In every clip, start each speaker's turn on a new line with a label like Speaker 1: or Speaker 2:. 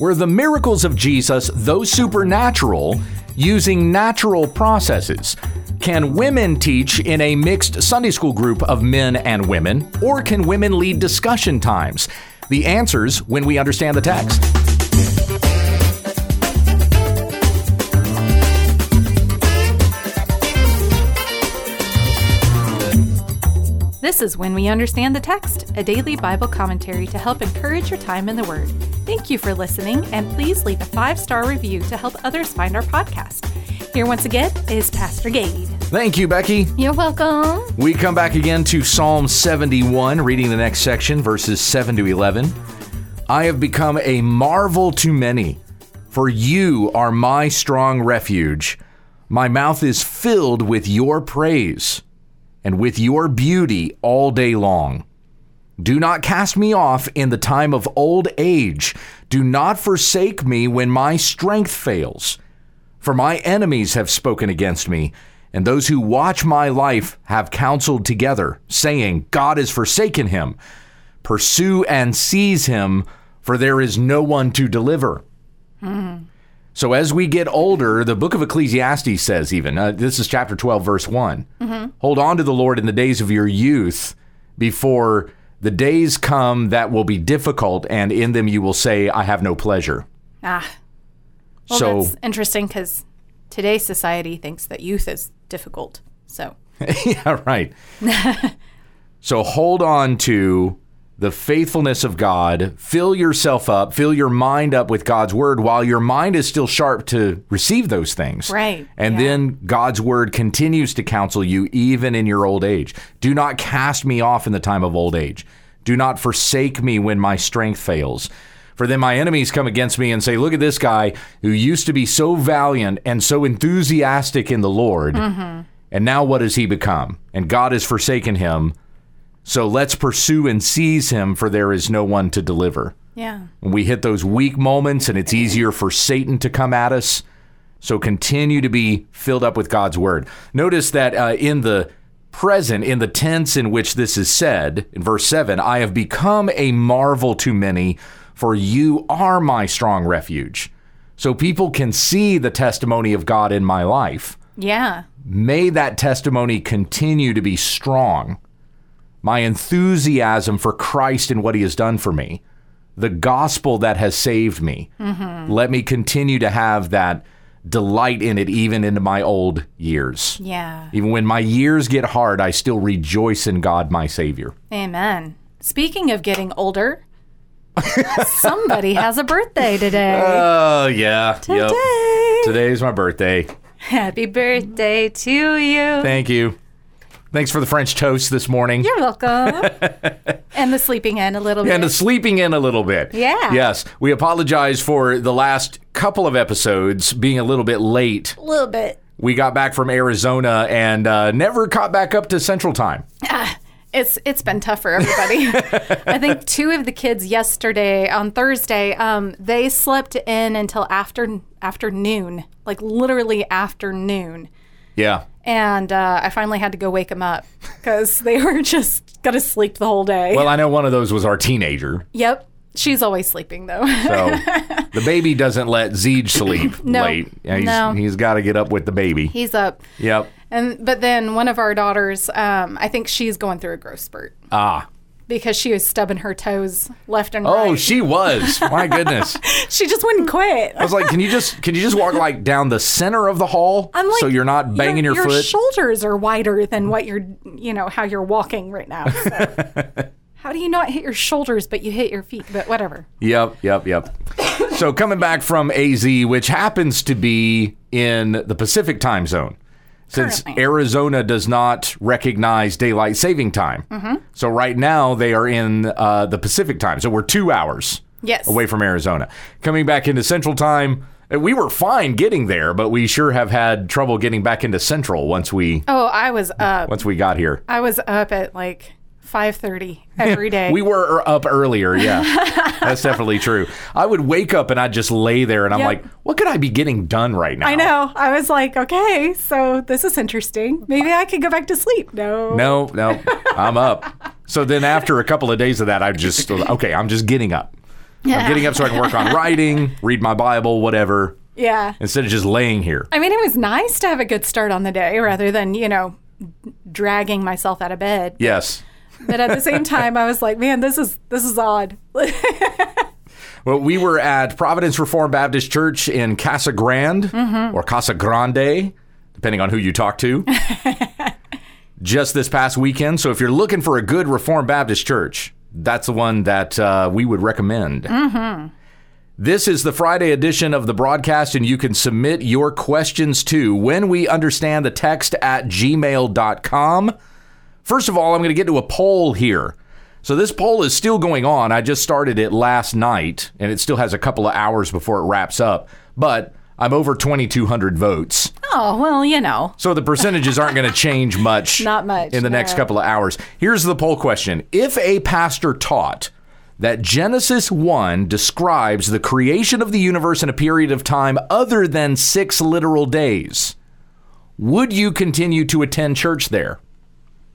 Speaker 1: were the miracles of Jesus, though supernatural, using natural processes? Can women teach in a mixed Sunday school group of men and women, or can women lead discussion times? The answers when we understand the text.
Speaker 2: This is When We Understand the Text, a daily Bible commentary to help encourage your time in the Word. Thank you for listening, and please leave a five star review to help others find our podcast. Here once again is Pastor Gade.
Speaker 1: Thank you, Becky.
Speaker 2: You're welcome.
Speaker 1: We come back again to Psalm 71, reading the next section, verses 7 to 11. I have become a marvel to many, for you are my strong refuge. My mouth is filled with your praise and with your beauty all day long. Do not cast me off in the time of old age. Do not forsake me when my strength fails. For my enemies have spoken against me, and those who watch my life have counseled together, saying, God has forsaken him. Pursue and seize him, for there is no one to deliver.
Speaker 2: Hmm.
Speaker 1: So as we get older, the book of Ecclesiastes says, even uh, this is chapter 12, verse one
Speaker 2: Mm-hmm.
Speaker 1: hold on to the Lord in the days of your youth before the days come that will be difficult, and in them you will say, I have no pleasure.
Speaker 2: Ah, well,
Speaker 1: so
Speaker 2: that's interesting because today's society thinks that youth is difficult. So,
Speaker 1: yeah, right. so hold on to the faithfulness of God. Fill yourself up, fill your mind up with God's word while your mind is still sharp to receive those things.
Speaker 2: Right,
Speaker 1: And
Speaker 2: yeah.
Speaker 1: then God's word continues to counsel you even in your old age. Do not cast me off in the time of old age. Do not forsake me when my strength fails. For then my enemies come against me and say, Look at this guy who used to be so valiant and so enthusiastic in the Lord. And now what has he become? And God has forsaken him. So let's pursue and seize him, for there is no one to deliver.
Speaker 2: yeah.
Speaker 1: When we hit those weak moments and it's easier for Satan to come at us, so continue to be filled up with God's word. Notice that uh, in the present, in the tense in which this is said, in verse 7, I have become a marvel to many, for you are my strong refuge. So people can see the testimony of God in my life
Speaker 2: Yeah.
Speaker 1: may that testimony continue to be strong. My enthusiasm for Christ and what he has done for me, the gospel that has saved me, let me continue to have that delight in it even into my old years.
Speaker 2: Yeah.
Speaker 1: Even when my years get hard, I still rejoice in God, my Savior.
Speaker 2: Amen. Speaking of getting older, somebody has a birthday today.
Speaker 1: Oh, yeah. Today.
Speaker 2: Today.
Speaker 1: Today's my birthday.
Speaker 2: Happy birthday to you.
Speaker 1: Thank you. Thanks for the French toast this morning.
Speaker 2: You're welcome. and the sleeping in a little
Speaker 1: and
Speaker 2: bit.
Speaker 1: the sleeping in a little bit.
Speaker 2: Yeah.
Speaker 1: Yes. We apologize for the last couple of episodes being a little bit late.
Speaker 2: A little bit.
Speaker 1: We got back from Arizona and uh, never caught back up to Central Time.
Speaker 2: It's it's been tough for everybody. I think two of the kids yesterday on Thursday, um, they slept in until after afternoon, like literally afternoon.
Speaker 1: Yeah.
Speaker 2: And uh, I finally had to go wake them up because they were just gonna sleep the whole day.
Speaker 1: Well, I know one of those was our teenager.
Speaker 2: yep, she's always sleeping though.
Speaker 1: So the baby doesn't let Zeej sleep
Speaker 2: No.
Speaker 1: late. Yeah, He's,
Speaker 2: No.
Speaker 1: he's got to get up with the baby.
Speaker 2: He's up.
Speaker 1: Yep.
Speaker 2: And but then one of our daughters, um, I think she's going through a growth spurt
Speaker 1: Ah.
Speaker 2: because she was stubbing her toes left and
Speaker 1: Oh,
Speaker 2: right.
Speaker 1: she was. My goodness.
Speaker 2: she just wouldn't quit.
Speaker 1: Mm. I was like, can you just can you just walk like down the center of the hall
Speaker 2: I'm like,
Speaker 1: so you're not banging your, foot?
Speaker 2: shoulders are wider than what you're, you know, how you're walking right now. so. how do you not hit your shoulders, but you hit your feet? But whatever.
Speaker 1: Yep, yep, yep. so coming back from AZ, which happens to be in the Pacific time zone, since
Speaker 2: Currently.
Speaker 1: Arizona does not recognize daylight saving time.
Speaker 2: Mm-hmm.
Speaker 1: So right now they are in uh, the Pacific time. So we're two hours
Speaker 2: Yes.
Speaker 1: away from Arizona. Coming back into Central time, uh, we were fine getting there, but we sure have had trouble getting back into Central once we
Speaker 2: Oh, I was up.
Speaker 1: once we got here.
Speaker 2: I was up at like 5:30 every day.
Speaker 1: We were er- up earlier, yeah. That's definitely true. I would wake up and I'd just lay there and I'm
Speaker 2: Yep.
Speaker 1: like, what could I be getting done right now?
Speaker 2: I know. I was like, okay, so this is interesting. Maybe I could go back to sleep. No.
Speaker 1: No, no, I'm up. So then after a couple of days of that, I just, okay, I'm just getting up. I'm getting up so I can work on writing, read my Bible, whatever,
Speaker 2: Yeah.
Speaker 1: instead of just laying here.
Speaker 2: I mean, it was nice to have a good start on the day rather than, you know, dragging myself out of bed.
Speaker 1: Yes.
Speaker 2: But at the same time, I was like, man, this is this is odd.
Speaker 1: Well, we were at Providence Reformed Baptist Church in Casa Grande or Casa Grande, depending on who you talk to, just this past weekend. So if you're looking for a good Reformed Baptist church, that's the one that uh, we would recommend. This is the Friday edition of the broadcast, and you can submit your questions to when we understand the text at gmail.com. First of all, I'm going to get to a poll here. So this poll is still going on. I just started it last night, and it still has a couple of hours before it wraps up. But I'm over 2,200 votes.
Speaker 2: oh, well, you know.
Speaker 1: So the percentages aren't going to change much.
Speaker 2: Not much,
Speaker 1: In the next
Speaker 2: no.
Speaker 1: couple of hours. Here's the poll question If a pastor taught that Genesis 1 describes the creation of the universe in a period of time other than six literal days, would you continue to attend church there?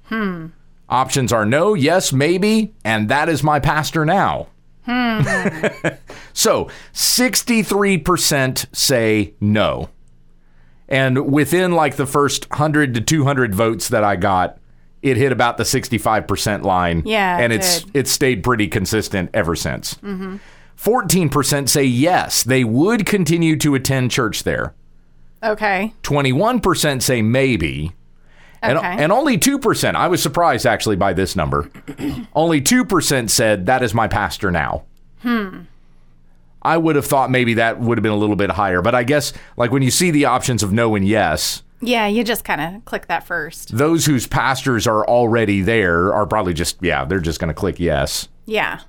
Speaker 1: Hmm. Options are no, yes, maybe, and that is my pastor now. so 63% say no. And within like the first 100 to 200 votes that I got, it hit about the 65% line.
Speaker 2: Yeah, it
Speaker 1: And it's
Speaker 2: did. Mm-hmm.
Speaker 1: it's stayed pretty consistent ever since. 14% say yes, they would continue to attend church there.
Speaker 2: Okay.
Speaker 1: 21% say maybe. And,
Speaker 2: Okay.
Speaker 1: and only 2%, I was surprised actually by this number. only 2% said, that is my pastor now. Hmm. I would have thought maybe that would have been a little bit higher. But I guess, like, when you see the options of no and yes,
Speaker 2: Yeah, you just kind of click that first.
Speaker 1: those whose pastors are already there are probably just, yeah, they're just going to click yes.
Speaker 2: Yeah.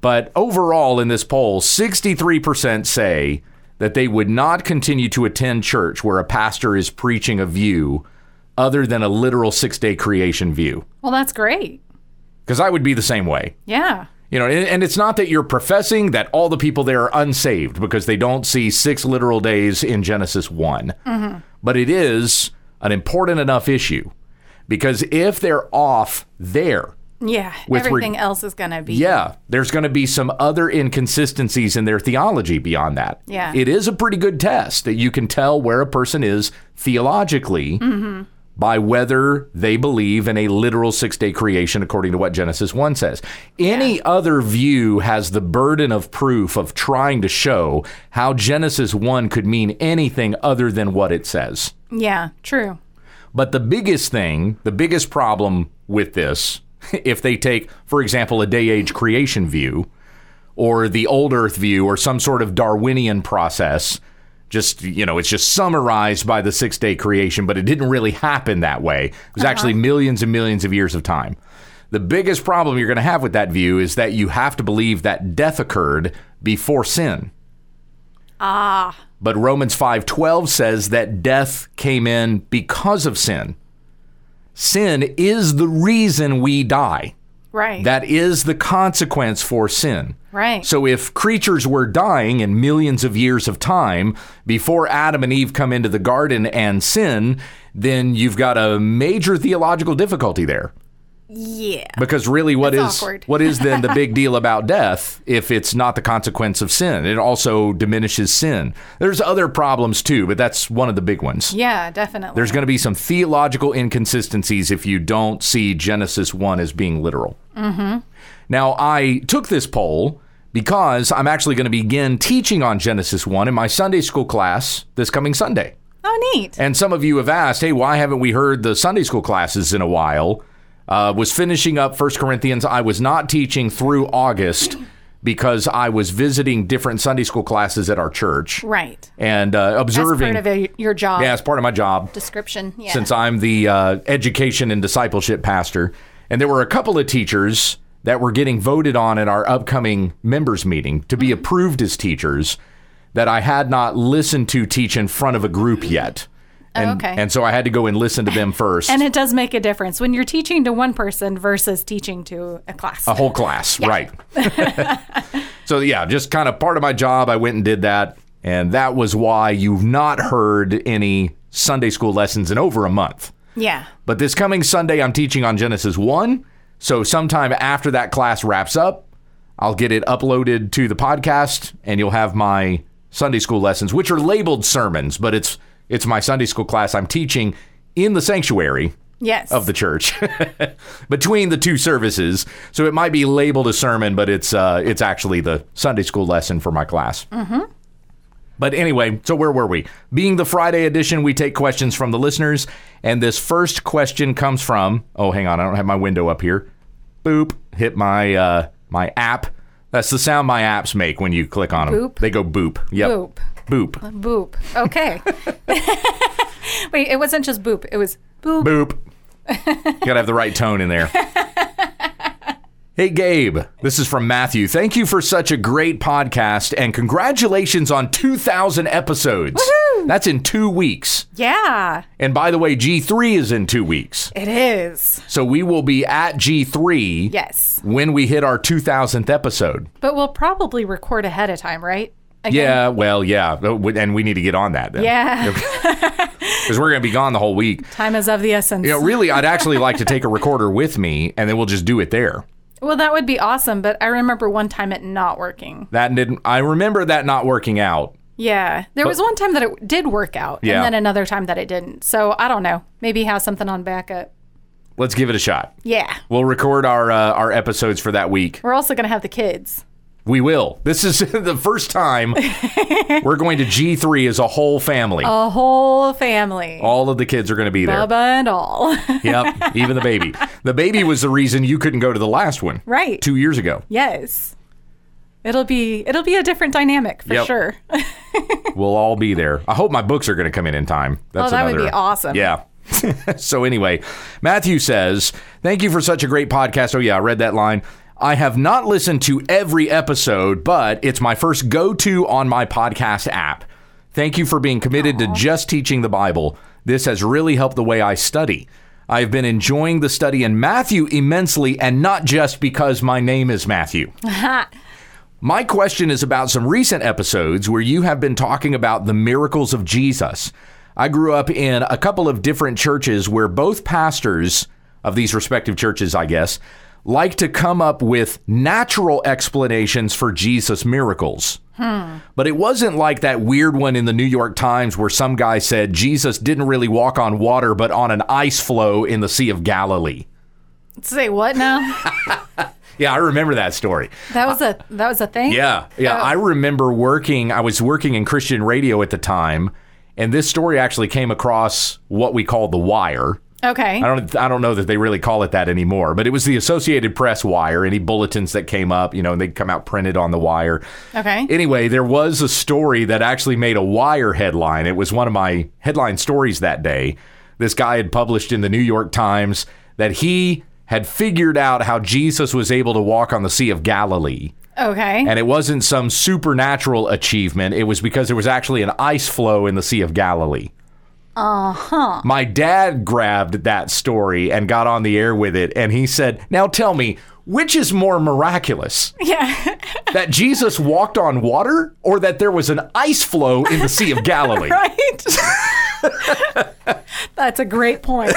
Speaker 1: But overall, in this poll, 63% say that they would not continue to attend church where a pastor is preaching a view other than a literal six day creation view.
Speaker 2: Well, that's great.
Speaker 1: Because I would be the same way.
Speaker 2: Yeah.
Speaker 1: You know, and, and it's not that you're professing that all the people there are unsaved because they don't see six literal days in Genesis one But it is an important enough issue because if they're off there,
Speaker 2: Yeah.
Speaker 1: With re-
Speaker 2: Everything else is going to be.
Speaker 1: yeah, there's going to be some other inconsistencies in their theology beyond that.
Speaker 2: Yeah.
Speaker 1: It is a pretty good test that you can tell where a person is theologically
Speaker 2: Mm-hmm.
Speaker 1: by whether they believe in a literal six day creation according to what Genesis 1 says. Any other view has the burden of proof of trying to show how Genesis 1 could mean anything other than what it says.
Speaker 2: Yeah. True.
Speaker 1: But the biggest thing, the biggest problem with this, if they take, for example, a day age creation view or the old earth view or some sort of Darwinian process, just, you know, it's just summarized by the six day creation, but it didn't really happen that way. It was actually millions and millions of years of time. The biggest problem you're going to have with that view is that you have to believe that death occurred before sin. But Romans 5:12 says that death came in because of sin. Sin is the reason we die.
Speaker 2: Right.
Speaker 1: That is the consequence for sin.
Speaker 2: right.
Speaker 1: So if creatures were dying in millions of years of time before Adam and Eve come into the garden and sin, then you've got a major theological difficulty there.
Speaker 2: yeah.
Speaker 1: Because really, what is
Speaker 2: That's awkward.
Speaker 1: what is then the big deal about death if it's not the consequence of sin? It also diminishes sin. There's other problems too, but that's one of the big ones.
Speaker 2: Yeah, definitely.
Speaker 1: There's going to be some theological inconsistencies if you don't see Genesis one as being literal. Mm-hmm. Now, I took this poll because I'm actually going to begin teaching on Genesis one in my Sunday school class this coming Sunday.
Speaker 2: oh, neat.
Speaker 1: And some of you have asked, hey, why haven't we heard the Sunday school classes in a while? Uh, was finishing up First Corinthians. I was not teaching through August because I was visiting different Sunday school classes at our church
Speaker 2: right.
Speaker 1: and uh,
Speaker 2: That's
Speaker 1: observing.
Speaker 2: part of a, your job
Speaker 1: yeah, as part of my job
Speaker 2: description. Yeah.
Speaker 1: since I'm the uh, education and discipleship pastor. And there were a couple of teachers that were getting voted on at our upcoming members meeting to
Speaker 2: Mm-hmm.
Speaker 1: be approved as teachers that I had not listened to teach in front of a group yet. And,
Speaker 2: Oh, okay.
Speaker 1: and so I had to go and listen to them first.
Speaker 2: and it does make a difference when you're teaching to one person versus teaching to a class.
Speaker 1: a whole class, right. so, yeah, just kind of part of my job, I went and did that. And that was why you've not heard any Sunday school lessons in over a month.
Speaker 2: Yeah.
Speaker 1: But this coming Sunday, I'm teaching on Genesis 1. So sometime after that class wraps up, I'll get it uploaded to the podcast, and you'll have my Sunday school lessons, which are labeled sermons, but it's it's my Sunday school class I'm teaching in the sanctuary
Speaker 2: Yes.
Speaker 1: of the church between the two services. So it might be labeled a sermon, but it's uh, it's actually the Sunday school lesson for my class. Mm-hmm. But anyway, so where were we? Being the Friday edition, we take questions from the listeners, and this first question comes from. Oh, hang on, I don't have my window up here. Boop! Hit my uh, my app. That's the sound my apps make when you click on them.
Speaker 2: Boop.
Speaker 1: They go boop. Yep.
Speaker 2: Boop.
Speaker 1: Boop.
Speaker 2: boop. Okay. Wait, it wasn't just boop. It was boop.
Speaker 1: Boop. Gotta have the right tone in there. Hey, Gabe, this is from Matthew. Thank you for such a great podcast and congratulations on 2,000 episodes. That's in two weeks.
Speaker 2: Yeah,
Speaker 1: And by the way, G3 is in two weeks.
Speaker 2: it is.
Speaker 1: So we will be at G3
Speaker 2: Yes.
Speaker 1: when we hit our 2,000th episode.
Speaker 2: But we'll probably record ahead of time, right? Again,
Speaker 1: Yeah, well, yeah. Oh, we- And we need to get on that then.
Speaker 2: Yeah.
Speaker 1: Because we're going to be gone the whole week.
Speaker 2: Time is of the essence.
Speaker 1: You know, really, I'd actually like to take a recorder with me and then we'll just do it there.
Speaker 2: Well, that would be awesome, but I remember one time it not working.
Speaker 1: That didn't. I remember that not working out.
Speaker 2: Yeah. There was one time that it did work out,
Speaker 1: Yeah.
Speaker 2: and then another time that it didn't. So I don't know. Maybe have something on backup.
Speaker 1: Let's give it a shot.
Speaker 2: Yeah.
Speaker 1: We'll record our uh, our episodes for that week.
Speaker 2: We're also going to have the kids.
Speaker 1: We will. This is the first time we're going to G three as a whole family.
Speaker 2: A whole family.
Speaker 1: All of the kids are going to be there.
Speaker 2: Bubba and all.
Speaker 1: Yep, even the baby. The baby was the reason you couldn't go to the last one
Speaker 2: right.
Speaker 1: two years ago.
Speaker 2: Yes. It'll be it'll be a different dynamic for
Speaker 1: Yep.
Speaker 2: sure.
Speaker 1: We'll all be there. I hope my books are going to come in in time. That's
Speaker 2: Oh, that would
Speaker 1: another,
Speaker 2: be awesome.
Speaker 1: Yeah. so anyway, Matthew says, "Thank you for such a great podcast." Oh yeah, I read that line. I have not listened to every episode, but it's my first go-to on my podcast app. Thank you for being committed to just teaching the Bible. This has really helped the way I study. I've been enjoying the study in Matthew immensely, and not just because my name is Matthew. My question is about some recent episodes where you have been talking about the miracles of Jesus. I grew up in a couple of different churches where both pastors of these respective churches, I guess, like to come up with natural explanations for Jesus' miracles. But it wasn't like that weird one in the New York Times where some guy said Jesus didn't really walk on water but on an ice floe in the Sea of Galilee.
Speaker 2: Say what now?
Speaker 1: Yeah, I remember that story.
Speaker 2: That was a that was a thing.
Speaker 1: Yeah, yeah. I remember working. I was working in Christian radio at the time, and this story actually came across what we call the wire. I
Speaker 2: Okay.
Speaker 1: don't. I don't know that they really call it that anymore, but it was the Associated Press wire. Any bulletins that came up, you know, and they'd come out printed on the wire.
Speaker 2: Okay.
Speaker 1: Anyway, there was a story that actually made a wire headline. It was one of my headline stories that day. This guy had published in the New York Times that he had figured out how Jesus was able to walk on the Sea of Galilee.
Speaker 2: okay.
Speaker 1: And it wasn't some supernatural achievement. It was because there was actually an ice flow in the Sea of Galilee. Uh huh. My dad grabbed that story and got on the air with it. And he said, Now tell me, which is more miraculous?
Speaker 2: yeah.
Speaker 1: that Jesus walked on water or that there was an ice flow in the Sea of Galilee?
Speaker 2: right. That's a great point.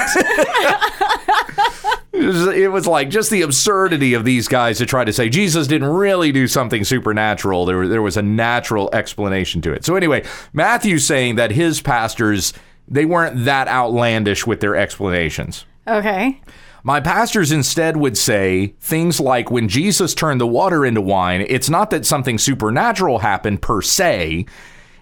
Speaker 1: It was, it was like just the absurdity of these guys to try to say Jesus didn't really do something supernatural. There, there was a natural explanation to it. So anyway, Matthew's saying that his pastors they weren't that outlandish with their explanations.
Speaker 2: Okay.
Speaker 1: My pastors instead would say things like when Jesus turned the water into wine, it's not that something supernatural happened per se.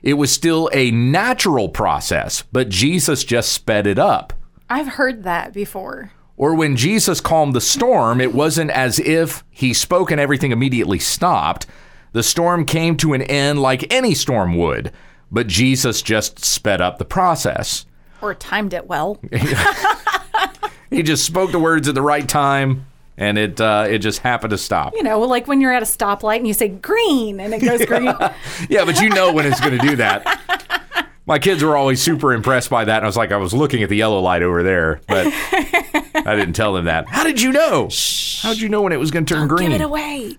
Speaker 1: It was still a natural process, but Jesus just sped it up.
Speaker 2: I've heard that before.
Speaker 1: Or when Jesus calmed the storm, it wasn't as if he spoke and everything immediately stopped. The storm came to an end like any storm would, but Jesus just sped up the process.
Speaker 2: Or timed it well.
Speaker 1: He just spoke the words at the right time, and it uh, it just happened to stop.
Speaker 2: You know, like when you're at a stoplight and you say green and it goes green.
Speaker 1: Yeah, but you know when it's going to do that. My kids were always super impressed by that, and I was like, I was looking at the yellow light over there, but I didn't tell them that. How did you know? How did you know when it was going to turn green?
Speaker 2: Give it away.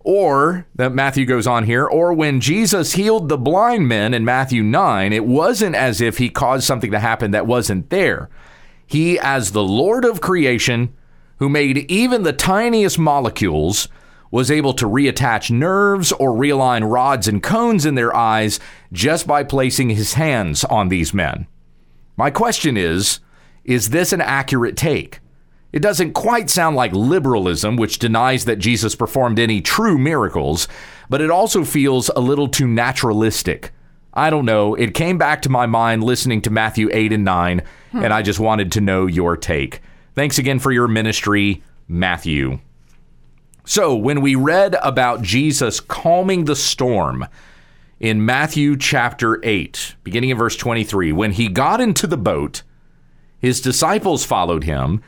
Speaker 1: Or that Matthew goes on here, or when Jesus healed the blind men in Matthew 9, it wasn't as if he caused something to happen that wasn't there. He, as the Lord of creation, who made even the tiniest molecules, was able to reattach nerves or realign rods and cones in their eyes just by placing his hands on these men. My question is is this an accurate take? It doesn't quite sound like liberalism, which denies that Jesus performed any true miracles, but it also feels a little too naturalistic. I don't know. It came back to my mind listening to Matthew 8 and 9, and I just wanted to know your take. Thanks again for your ministry, Matthew. So, when we read about Jesus calming the storm in Matthew chapter 8, beginning in verse 23, when he got into the boat, his disciples followed him.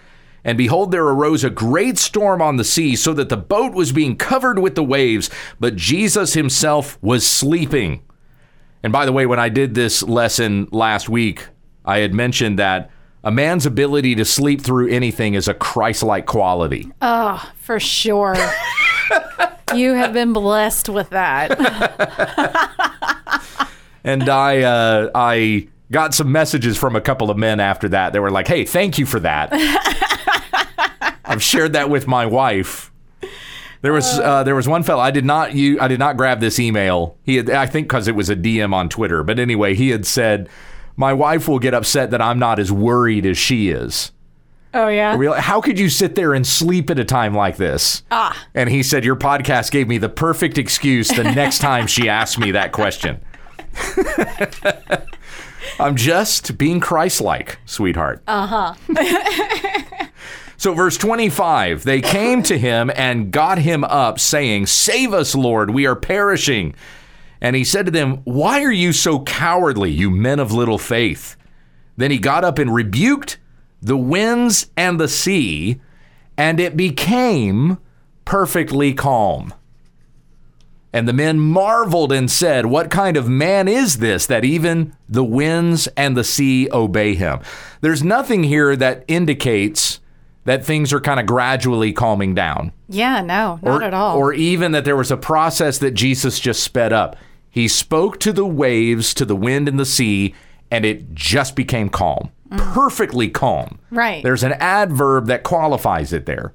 Speaker 1: And behold, there arose a great storm on the sea, so that the boat was being covered with the waves, but Jesus himself was sleeping. And by the way, when I did this lesson last week, I had mentioned that a man's ability to sleep through anything is a Christ like quality.
Speaker 2: For sure. you have been blessed with that.
Speaker 1: and I uh, I got some messages from a couple of men after that. They were like, "Hey, thank you for that." I've shared that with my wife. There was uh, there was one fellow I did not you I did not grab this email. He had, I think because it was a DM on Twitter, but anyway, he had said, "My wife will get upset that I'm not as worried as she is."
Speaker 2: Oh, yeah.
Speaker 1: Real- How could you sit there and sleep at a time like this? Ah. And he said, Your podcast gave me the perfect excuse the next time she asked me that question. I'm just being Christ like, sweetheart. Uh huh. so, verse 25 they came to him and got him up, saying, Save us, Lord, we are perishing. And he said to them, Why are you so cowardly, you men of little faith? Then he got up and rebuked the winds and the sea, and it became perfectly calm. And the men marveled and said, What kind of man is this that even the winds and the sea obey him? There's nothing here that indicates that things are kind of gradually calming down.
Speaker 2: Yeah, no,
Speaker 1: or,
Speaker 2: not at all.
Speaker 1: or even that there was a process that Jesus just sped up. He spoke to the waves, to the wind and the sea, and it just became calm, perfectly calm.
Speaker 2: Mm. Right.
Speaker 1: There's an adverb that qualifies it there.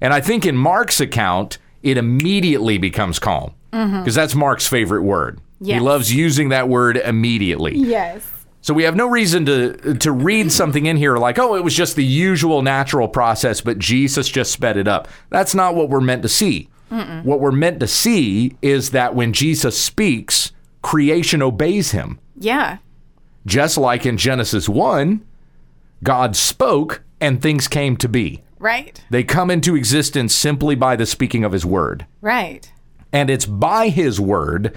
Speaker 1: And I think in Mark's account, it immediately becomes calm because that's Mark's favorite word. He
Speaker 2: Mm-hmm. Yes.
Speaker 1: loves using that word immediately.
Speaker 2: yes.
Speaker 1: So we have no reason to to read something in here like, oh, it was just the usual natural process, but Jesus just sped it up. That's not what we're meant to see. What we're meant to see is that when Jesus speaks, creation obeys him.
Speaker 2: Yeah.
Speaker 1: Just like in Genesis 1, God spoke and things came to be.
Speaker 2: Right.
Speaker 1: They come into existence simply by the speaking of his word.
Speaker 2: Right.
Speaker 1: And it's by his word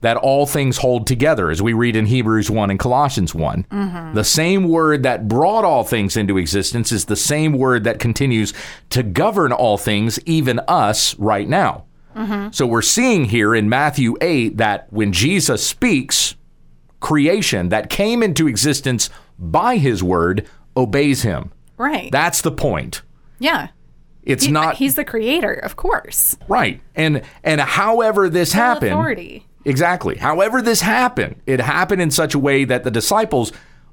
Speaker 1: that all things hold together, as we read in Hebrews 1 and Colossians one
Speaker 2: Mm-hmm.
Speaker 1: The same word that brought all things into existence is the same word that continues to govern all things, even us, right now.
Speaker 2: Mm-hmm.
Speaker 1: So we're seeing here in Matthew 8 that when Jesus speaks, creation that came into existence by his word obeys him.
Speaker 2: Right.
Speaker 1: That's the point.
Speaker 2: yeah.
Speaker 1: It's
Speaker 2: He-
Speaker 1: not
Speaker 2: He's the creator, of course.
Speaker 1: right. And and however this
Speaker 2: Full
Speaker 1: happened,
Speaker 2: Authority.
Speaker 1: Exactly. However, this happened, it happened in such a way that the disciples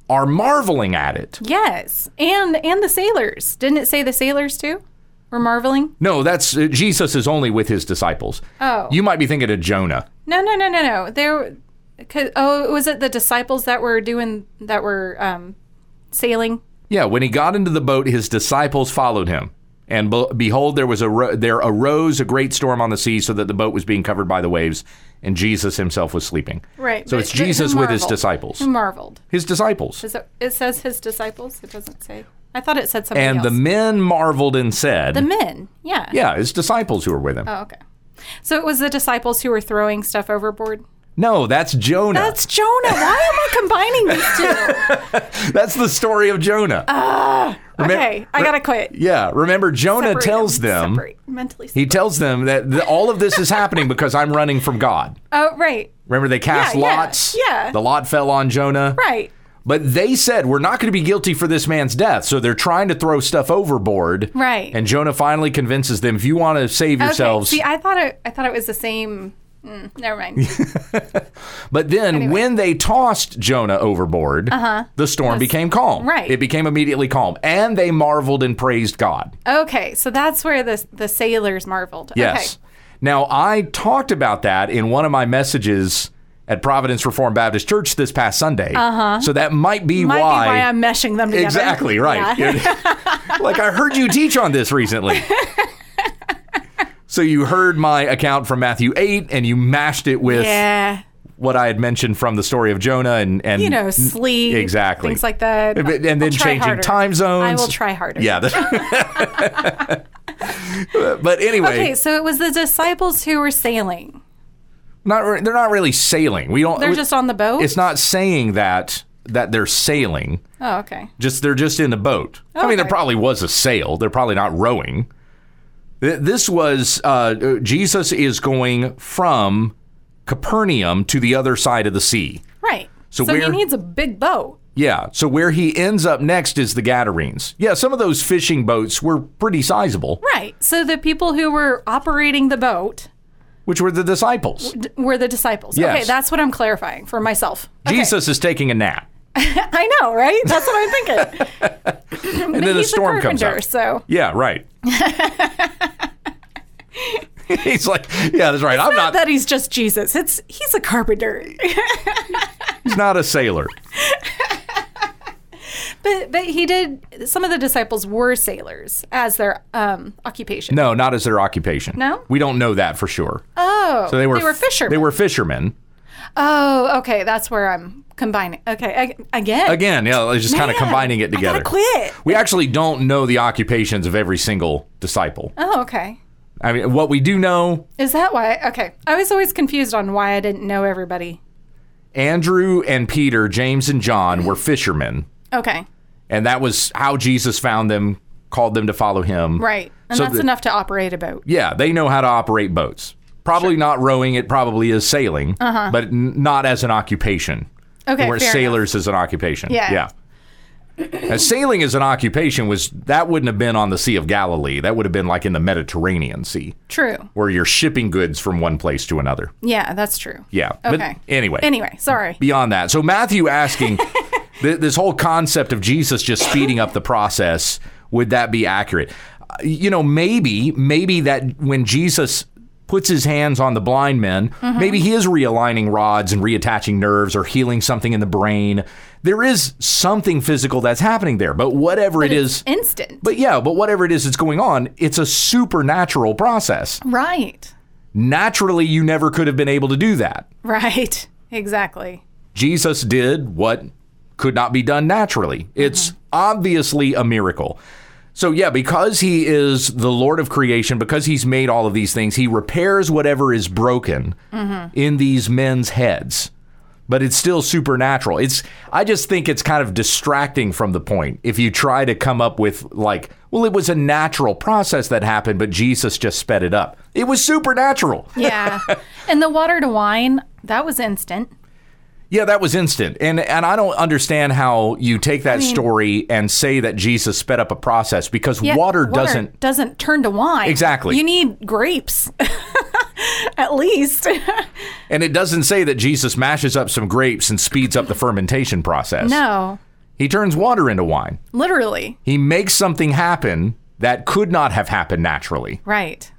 Speaker 1: are marveling at it.
Speaker 2: Yes. And and the sailors. Didn't it say the sailors too? Were marveling?
Speaker 1: No, that's uh, Jesus is only with his disciples.
Speaker 2: Oh.
Speaker 1: You might be thinking of Jonah.
Speaker 2: No, no, no, no, no. There 'cause- oh, was it the disciples that were doing that were um sailing?
Speaker 1: Yeah, when he got into the boat, his disciples followed him. And be- behold, there was a ro- there arose a great storm on the sea, so that the boat was being covered by the waves, and Jesus himself was sleeping.
Speaker 2: Right,
Speaker 1: So
Speaker 2: but-
Speaker 1: it's
Speaker 2: but who
Speaker 1: Jesus with his
Speaker 2: marveled?
Speaker 1: disciples.
Speaker 2: Who marveled?
Speaker 1: His disciples.
Speaker 2: Is it, it says his disciples? It doesn't say. I thought it said something
Speaker 1: and
Speaker 2: else.
Speaker 1: the men marveled and said,
Speaker 2: the men. Yeah.
Speaker 1: "Yeah, his disciples who were with him."
Speaker 2: Oh, okay. So it was the disciples who were throwing stuff overboard.
Speaker 1: No, that's Jonah.
Speaker 2: That's Jonah. Why am I combining these two?
Speaker 1: That's the story of Jonah. Remem-
Speaker 2: Okay, I gotta quit.
Speaker 1: Yeah, remember Jonah
Speaker 2: Separate
Speaker 1: tells them
Speaker 2: Separate. mentally.
Speaker 1: he
Speaker 2: Separate.
Speaker 1: tells them that th- all of this is happening because I'm running from God.
Speaker 2: Oh, right,
Speaker 1: Remember they cast
Speaker 2: Yeah, yeah,
Speaker 1: lots.
Speaker 2: yeah.
Speaker 1: The lot fell on Jonah.
Speaker 2: right.
Speaker 1: But they said we're not going to be guilty for this man's death, so they're trying to throw stuff overboard.
Speaker 2: Right.
Speaker 1: And Jonah finally convinces them, if you want to save yourselves.
Speaker 2: Okay. See, I thought it, I thought it was the same. Mm, never mind.
Speaker 1: But then when they tossed Jonah overboard, the storm became calm.
Speaker 2: Uh-huh. right.
Speaker 1: It became immediately calm, and they marveled and praised God.
Speaker 2: okay, so that's where the the sailors marveled.
Speaker 1: Yes.
Speaker 2: Okay.
Speaker 1: Now, I talked about that in one of my messages at Providence Reformed Baptist Church this past Sunday. Uh-huh. So that might be
Speaker 2: Might
Speaker 1: why.
Speaker 2: be why I'm meshing them together.
Speaker 1: Exactly, right.
Speaker 2: Yeah.
Speaker 1: like I heard you teach on this recently. so you heard my account from Matthew 8 and you mashed it with
Speaker 2: Yeah.
Speaker 1: what I had mentioned from the story of Jonah and and
Speaker 2: You know, sleep.
Speaker 1: Exactly.
Speaker 2: Things like that.
Speaker 1: and then
Speaker 2: I'll try
Speaker 1: changing
Speaker 2: harder.
Speaker 1: time zones.
Speaker 2: I will try harder.
Speaker 1: Yeah. that- but anyway,
Speaker 2: Okay, so it was the disciples who were sailing.
Speaker 1: not re- they're not really sailing. We don't
Speaker 2: They're just on the boat?
Speaker 1: It's not saying that that they're sailing.
Speaker 2: oh, okay.
Speaker 1: Just they're just in a boat. I mean, there
Speaker 2: Okay.
Speaker 1: probably was a sail. They're probably not rowing. Th- This was uh, Jesus is going from Capernaum to the other side of the sea.
Speaker 2: Right.
Speaker 1: So
Speaker 2: he
Speaker 1: we're-
Speaker 2: needs a big boat.
Speaker 1: Yeah. So where he ends up next is the Gadarenes. Yeah. Some of those fishing boats were pretty sizable,
Speaker 2: Right. So the people who were operating the boat
Speaker 1: which were the disciples.
Speaker 2: d- were the disciples.
Speaker 1: Yes.
Speaker 2: Okay, that's what I'm clarifying for myself. Okay.
Speaker 1: Jesus is taking a nap,
Speaker 2: I know, right? That's what I'm thinking.
Speaker 1: and then a
Speaker 2: He's
Speaker 1: storm
Speaker 2: a
Speaker 1: comes
Speaker 2: carpenter,
Speaker 1: up.
Speaker 2: so
Speaker 1: Yeah. Right. He's like, yeah, that's right. I'm not.
Speaker 2: not that he's just Jesus. It's he's a carpenter.
Speaker 1: He's not a sailor.
Speaker 2: but but he did some of the disciples were sailors as their um occupation.
Speaker 1: No, not as their occupation.
Speaker 2: No?
Speaker 1: we don't know that for sure.
Speaker 2: Oh.
Speaker 1: So they were
Speaker 2: they were fishermen.
Speaker 1: They were fishermen.
Speaker 2: Oh, okay, that's where I'm combining. Okay, I, again.
Speaker 1: Again, yeah, it's just kind of
Speaker 2: Man,
Speaker 1: combining it
Speaker 2: I gotta
Speaker 1: together.
Speaker 2: quit.
Speaker 1: We actually don't know the occupations of every single disciple.
Speaker 2: Oh, okay.
Speaker 1: I mean, what we do know,
Speaker 2: Is that why? Okay. I was always confused on why I didn't know everybody.
Speaker 1: Andrew and Peter, James and John were fishermen,
Speaker 2: Okay.
Speaker 1: and that was how Jesus found them, called them to follow him.
Speaker 2: Right. And
Speaker 1: So
Speaker 2: that's
Speaker 1: the-
Speaker 2: enough to operate a boat.
Speaker 1: Yeah, they know how to operate boats. Probably not rowing; it probably is sailing, but n- not as an occupation.
Speaker 2: Uh-huh. Okay.
Speaker 1: where
Speaker 2: fair
Speaker 1: sailors is an occupation.
Speaker 2: Yeah.
Speaker 1: Yeah. Now, sailing as an occupation was that wouldn't have been on the Sea of Galilee. That would have been like in the Mediterranean Sea,
Speaker 2: enough. True.
Speaker 1: where you're shipping goods from one place to another.
Speaker 2: Yeah, that's true.
Speaker 1: Yeah.
Speaker 2: Okay.
Speaker 1: But anyway,
Speaker 2: Anyway, sorry.
Speaker 1: beyond that, so Matthew asking th- this whole concept of Jesus just speeding up the process would that be accurate? Uh, You know, maybe maybe that when Jesus puts his hands on the blind men, maybe he is realigning rods and reattaching nerves or healing something in the brain. There is something physical that's happening there, but whatever it is,
Speaker 2: Instant.
Speaker 1: but yeah, but whatever it is that's going on, it's a supernatural process.
Speaker 2: right.
Speaker 1: Naturally, you never could have been able to do that.
Speaker 2: Right. Exactly.
Speaker 1: Jesus did what could not be done naturally. It's obviously a miracle. So, yeah, because he is the Lord of creation, because he's made all of these things, he repairs whatever is broken in these men's heads. But it's still supernatural. It's I just think it's kind of distracting from the point if you try to come up with like, well, it was a natural process that happened, but Jesus just sped it up. It was supernatural.
Speaker 2: Yeah. and the water to wine, that was instant.
Speaker 1: Yeah, that was instant. And and I don't understand how you take that story and say that Jesus sped up a process because
Speaker 2: Yeah,
Speaker 1: water, doesn't
Speaker 2: doesn't turn to wine.
Speaker 1: Exactly.
Speaker 2: You need grapes. At least.
Speaker 1: and it doesn't say that Jesus mashes up some grapes and speeds up the fermentation process.
Speaker 2: no.
Speaker 1: He turns water into wine.
Speaker 2: Literally.
Speaker 1: He makes something happen that could not have happened naturally.
Speaker 2: Right.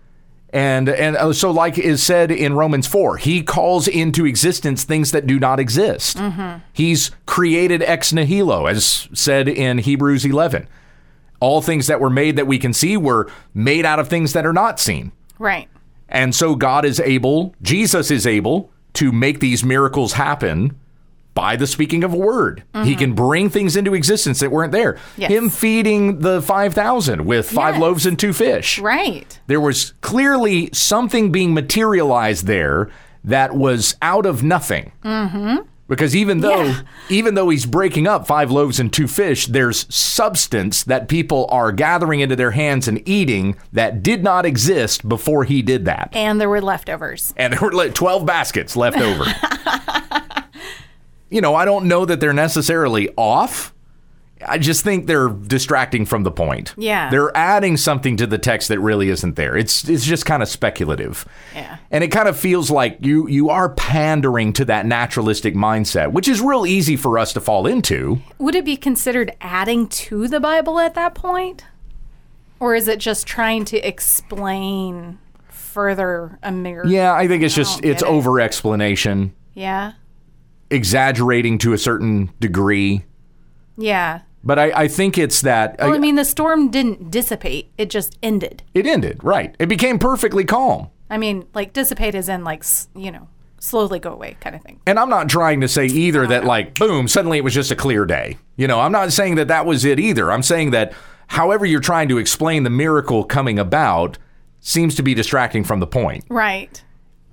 Speaker 1: And and uh, so like is said in Romans 4, he calls into existence things that do not exist.
Speaker 2: Mm-hmm.
Speaker 1: He's created ex nihilo as said in Hebrews 11. All things that were made that we can see were made out of things that are not seen.
Speaker 2: Right.
Speaker 1: And so God is able, Jesus is able to make these miracles happen by the speaking of a word. He can bring things into existence that weren't there.
Speaker 2: Mm-hmm. Yes.
Speaker 1: Him feeding the 5000 with 5
Speaker 2: Yes.
Speaker 1: loaves and 2 fish
Speaker 2: Right.
Speaker 1: there was clearly something being materialized there that was out of nothing. Mm-hmm. Because even though
Speaker 2: Yeah.
Speaker 1: even though he's breaking up five loaves and two fish, there's substance that people are gathering into their hands and eating that did not exist before he did that.
Speaker 2: And there were leftovers.
Speaker 1: And there were like 12 baskets left over. you know, I don't know that they're necessarily off. I just think they're distracting from the point.
Speaker 2: Yeah.
Speaker 1: They're adding something to the text that really isn't there. It's it's just kind of speculative.
Speaker 2: Yeah.
Speaker 1: And it kind of feels like you you are pandering to that naturalistic mindset, which is real easy for us to fall into.
Speaker 2: Would it be considered adding to the Bible at that point? Or is it just trying to explain further a mirror.
Speaker 1: Yeah, I think it's just
Speaker 2: don't
Speaker 1: it's
Speaker 2: get it.
Speaker 1: over explanation,
Speaker 2: Yeah.
Speaker 1: exaggerating to a certain degree.
Speaker 2: Yeah.
Speaker 1: But I, I think it's that uh,
Speaker 2: Well,
Speaker 1: I-
Speaker 2: I mean, the storm didn't dissipate; it just ended.
Speaker 1: it ended right. It became perfectly calm.
Speaker 2: I mean, like dissipate is in like s- you know slowly go away kind of thing.
Speaker 1: And I'm not trying to say either that like boom, suddenly it was just a clear day. You know, I'm not saying that that was it either. I'm saying that however you're trying to explain the miracle coming about seems to be distracting from the point.
Speaker 2: Right.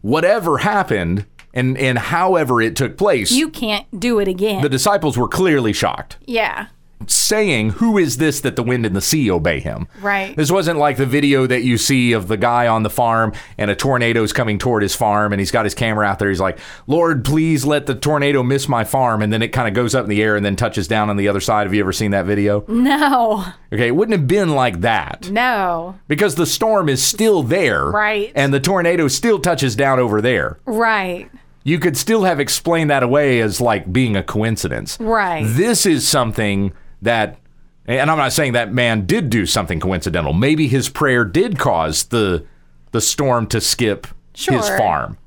Speaker 1: Whatever happened and and however it took place,
Speaker 2: You can't do it again.
Speaker 1: the disciples were clearly shocked.
Speaker 2: yeah.
Speaker 1: saying, Who is this that the wind and the sea obey him?
Speaker 2: Right.
Speaker 1: This wasn't like the video that you see of the guy on the farm and a tornado is coming toward his farm and he's got his camera out there. He's like, Lord, please let the tornado miss my farm. And then it kind of goes up in the air and then touches down on the other side. Have you ever seen that video?
Speaker 2: No.
Speaker 1: Okay. It wouldn't have been like that
Speaker 2: No.
Speaker 1: because the storm is still there.
Speaker 2: Right.
Speaker 1: And the tornado still touches down over there.
Speaker 2: Right.
Speaker 1: You could still have explained that away as like being a coincidence.
Speaker 2: Right.
Speaker 1: This is something that, and I'm not saying that man did do something coincidental. Maybe his prayer did cause the the storm to skip his
Speaker 2: Sure.
Speaker 1: farm.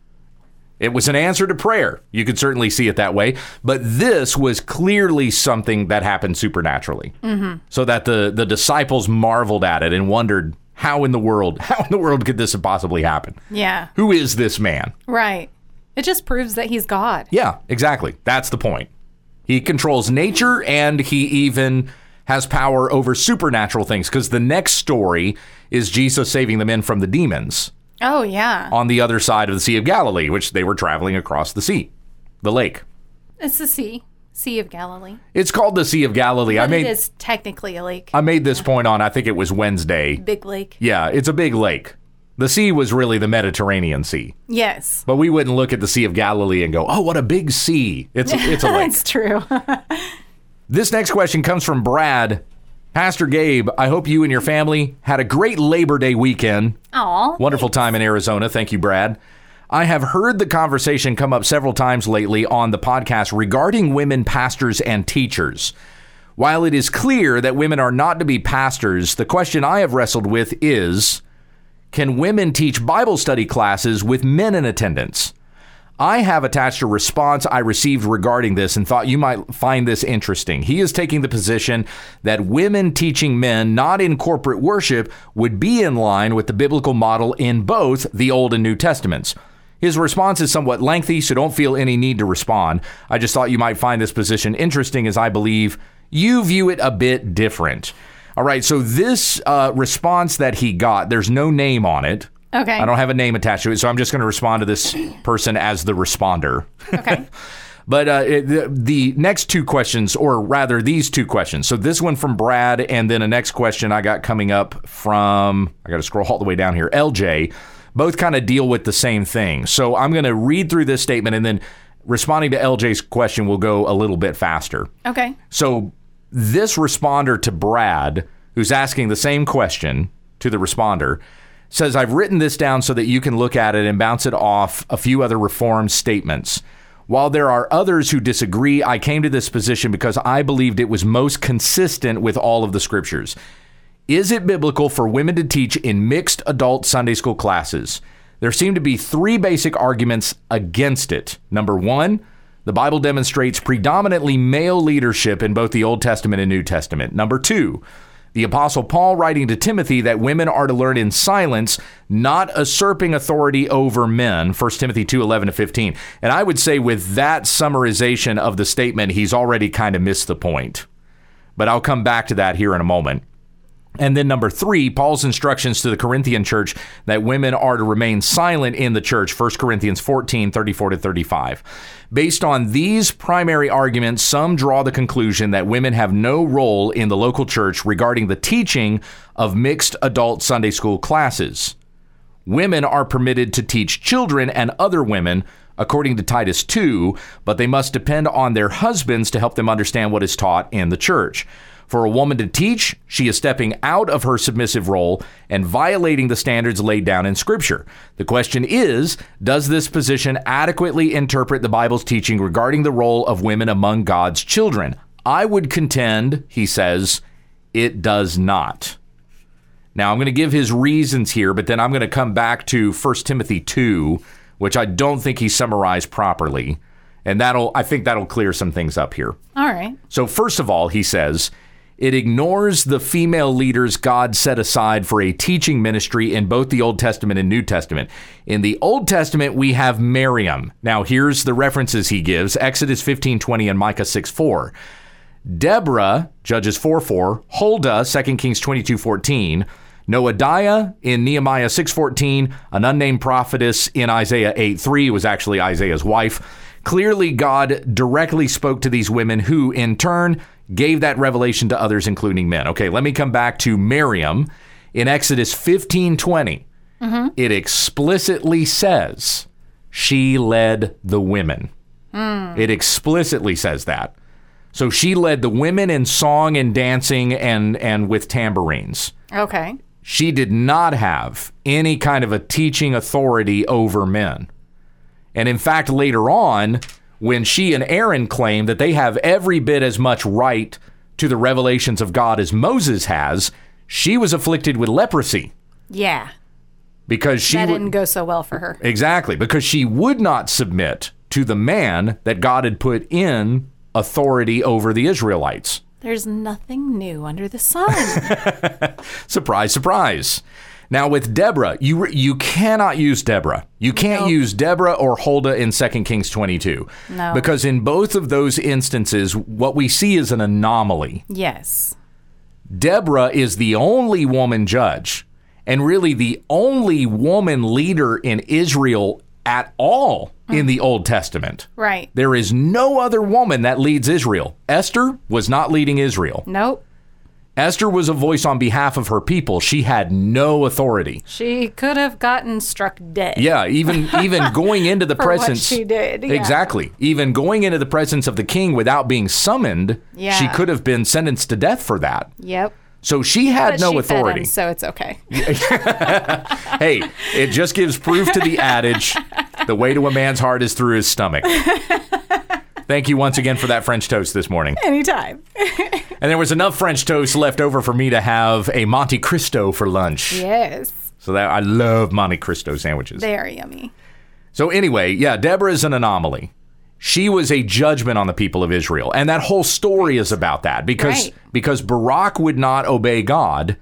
Speaker 1: It was an answer to prayer. You could certainly see it that way. But this was clearly something that happened supernaturally, mm-hmm. so that the the disciples marveled at it and wondered how in the world how in the world could this have possibly happen?
Speaker 2: Yeah.
Speaker 1: Who is this man?
Speaker 2: Right. It just proves that he's God.
Speaker 1: Yeah, exactly. That's the point. He controls nature and he even has power over supernatural things because the next story is Jesus saving the men from the demons
Speaker 2: Oh yeah.
Speaker 1: on the other side of the Sea of Galilee, which they were traveling across the sea, the lake.
Speaker 2: It's the sea, Sea of Galilee.
Speaker 1: It's called the Sea of Galilee. I
Speaker 2: But it
Speaker 1: made
Speaker 2: is technically a lake,
Speaker 1: I made this point on I think it was Wednesday.
Speaker 2: big lake.
Speaker 1: Yeah, it's a big lake. The sea was really the Mediterranean Sea.
Speaker 2: Yes.
Speaker 1: But we wouldn't look at the Sea of Galilee and go, "Oh, what a big sea." It's it's a lake.
Speaker 2: That's true.
Speaker 1: This next question comes from Brad. Pastor Gabe, I hope you and your family had a great Labor Day weekend.
Speaker 2: Aw.
Speaker 1: Wonderful time in Arizona. Thank you, Brad. I have heard the conversation come up several times lately on the podcast regarding women pastors and teachers. While it is clear that women are not to be pastors, the question I have wrestled with is can women teach Bible study classes with men in attendance? I have attached a response I received regarding this and thought you might find this interesting. He is taking the position that women teaching men not in corporate worship would be in line with the biblical model in both the Old and New Testaments. His response is somewhat lengthy, so don't feel any need to respond. I just thought you might find this position interesting as I believe you view it a bit different. All right, so this uh, response that he got, there's no name on it.
Speaker 2: Okay.
Speaker 1: I don't have a name attached to it, so I'm just going to respond to this person as the responder.
Speaker 2: Okay.
Speaker 1: But uh, it, the, the next two questions, or rather these two questions. So this one from Brad, and then a next question I got coming up from, I got to scroll all the way down here, LJ, both kind of deal with the same thing. So I'm going to read through this statement, and then responding to LJ's question will go a little bit faster.
Speaker 2: Okay.
Speaker 1: So this responder to Brad, who's asking the same question to the responder, says, I've written this down so that you can look at it and bounce it off a few other reform statements. While there are others who disagree, I came to this position because I believed it was most consistent with all of the scriptures. Is it biblical for women to teach in mixed adult Sunday school classes? There seem to be three basic arguments against it. Number one, the Bible demonstrates predominantly male leadership in both the Old Testament and New Testament. Number two, the Apostle Paul writing to Timothy that women are to learn in silence, not usurping authority over men, 1 Timothy 2 11 to 15. And I would say, with that summarization of the statement, he's already kind of missed the point. But I'll come back to that here in a moment. And then number three, Paul's instructions to the Corinthian church that women are to remain silent in the church, 1 Corinthians 14, 34 to 35. Based on these primary arguments, some draw the conclusion that women have no role in the local church regarding the teaching of mixed adult Sunday school classes. Women are permitted to teach children and other women, according to Titus 2, but they must depend on their husbands to help them understand what is taught in the church. For a woman to teach, she is stepping out of her submissive role and violating the standards laid down in Scripture. The question is Does this position adequately interpret the Bible's teaching regarding the role of women among God's children? I would contend, he says, it does not. Now, I'm going to give his reasons here, but then I'm going to come back to 1 Timothy 2, which I don't think he summarized properly. And that'll, I think that'll clear some things up here.
Speaker 2: All right.
Speaker 1: So, first of all, he says, it ignores the female leaders God set aside for a teaching ministry in both the Old Testament and New Testament. In the Old Testament, we have Miriam. Now, here's the references he gives Exodus 15 20 and Micah 6 4. Deborah, Judges 4 4, Huldah, 2 Kings 22 14, Noadiah in Nehemiah 6 14, an unnamed prophetess in Isaiah 8 3 was actually Isaiah's wife. Clearly, God directly spoke to these women who, in turn, gave that revelation to others, including men. Okay, let me come back to Miriam in Exodus 15 20. It explicitly says she led the women. It explicitly says that. So she led the women in song and dancing and, and with tambourines.
Speaker 2: Okay.
Speaker 1: She did not have any kind of a teaching authority over men. And in fact, later on, when she and Aaron claim that they have every bit as much right to the revelations of God as Moses has, she was afflicted with leprosy
Speaker 2: Yeah.
Speaker 1: because she
Speaker 2: That
Speaker 1: would-
Speaker 2: didn't go so well for her.
Speaker 1: Exactly, because she would not submit to the man that God had put in authority over the Israelites.
Speaker 2: There's nothing new under the sun.
Speaker 1: Surprise, surprise. Now with Deborah, you re- you cannot use Deborah. You can't
Speaker 2: No.
Speaker 1: use Deborah or Huldah in 2 Kings 22.
Speaker 2: No.
Speaker 1: Because in both of those instances, what we see is an anomaly.
Speaker 2: yes.
Speaker 1: Deborah is the only woman judge and really the only woman leader in Israel at all in the Old Testament.
Speaker 2: Mm. Right.
Speaker 1: There is no other woman that leads Israel. Esther was not leading Israel.
Speaker 2: Nope.
Speaker 1: Esther was a voice on behalf of her people. She had no authority.
Speaker 2: She could have gotten struck dead.
Speaker 1: Yeah, even even going into the
Speaker 2: For what
Speaker 1: presence
Speaker 2: she did, yeah.
Speaker 1: Exactly. Even going into the presence of the king without being summoned, she
Speaker 2: Yeah.
Speaker 1: could have been sentenced to death for that.
Speaker 2: Yep.
Speaker 1: So she had
Speaker 2: But
Speaker 1: no
Speaker 2: she fed him,
Speaker 1: authority.
Speaker 2: so it's okay.
Speaker 1: hey, it just gives proof to the adage the way to a man's heart is through his stomach. Thank you once again for that French toast this morning.
Speaker 2: Anytime.
Speaker 1: And there was enough French toast left over for me to have a Monte Cristo for lunch.
Speaker 2: Yes.
Speaker 1: So that I love Monte Cristo sandwiches.
Speaker 2: They are yummy.
Speaker 1: so anyway, yeah, Deborah is an anomaly. She was a judgment on the people of Israel. And that whole story is about that because
Speaker 2: Right.
Speaker 1: because Barak would not obey God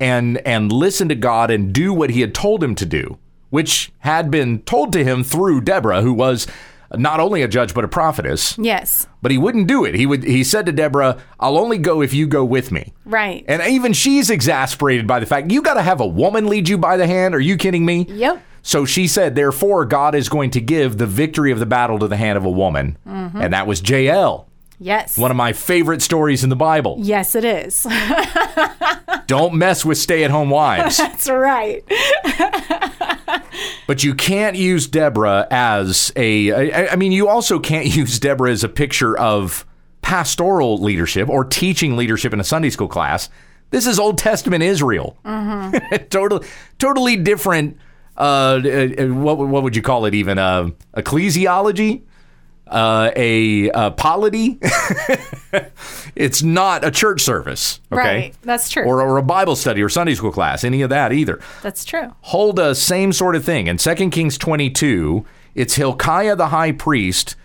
Speaker 1: and and listen to God and do what he had told him to do, which had been told to him through Deborah, who was not only a judge but a prophetess.
Speaker 2: Yes.
Speaker 1: But he wouldn't do it. He would he said to Deborah, I'll only go if you go with me.
Speaker 2: Right.
Speaker 1: And even she's exasperated by the fact you got to have a woman lead you by the hand. Are you kidding me?
Speaker 2: Yep.
Speaker 1: So she said, therefore, God is going to give the victory of the battle to the hand of a woman. And that was JL,
Speaker 2: yes.
Speaker 1: one of my favorite stories in the Bible.
Speaker 2: yes, it is.
Speaker 1: Don't mess with stay at home wives.
Speaker 2: That's right.
Speaker 1: but you can't use Deborah as a. I, I mean, you also can't use Deborah as a picture of pastoral leadership or teaching leadership in a Sunday school class. This is Old Testament Israel.
Speaker 2: Mm-hmm.
Speaker 1: totally, totally different. Uh, uh, what what would you call it? Even uh, ecclesiology, uh, a uh, polity. it's not a church service, okay?
Speaker 2: Right. That's true.
Speaker 1: Or, or a Bible study or Sunday school class, any of that either.
Speaker 2: That's true.
Speaker 1: Huldah, same sort of thing. In 2 Kings 22, it's Hilkiah the high priest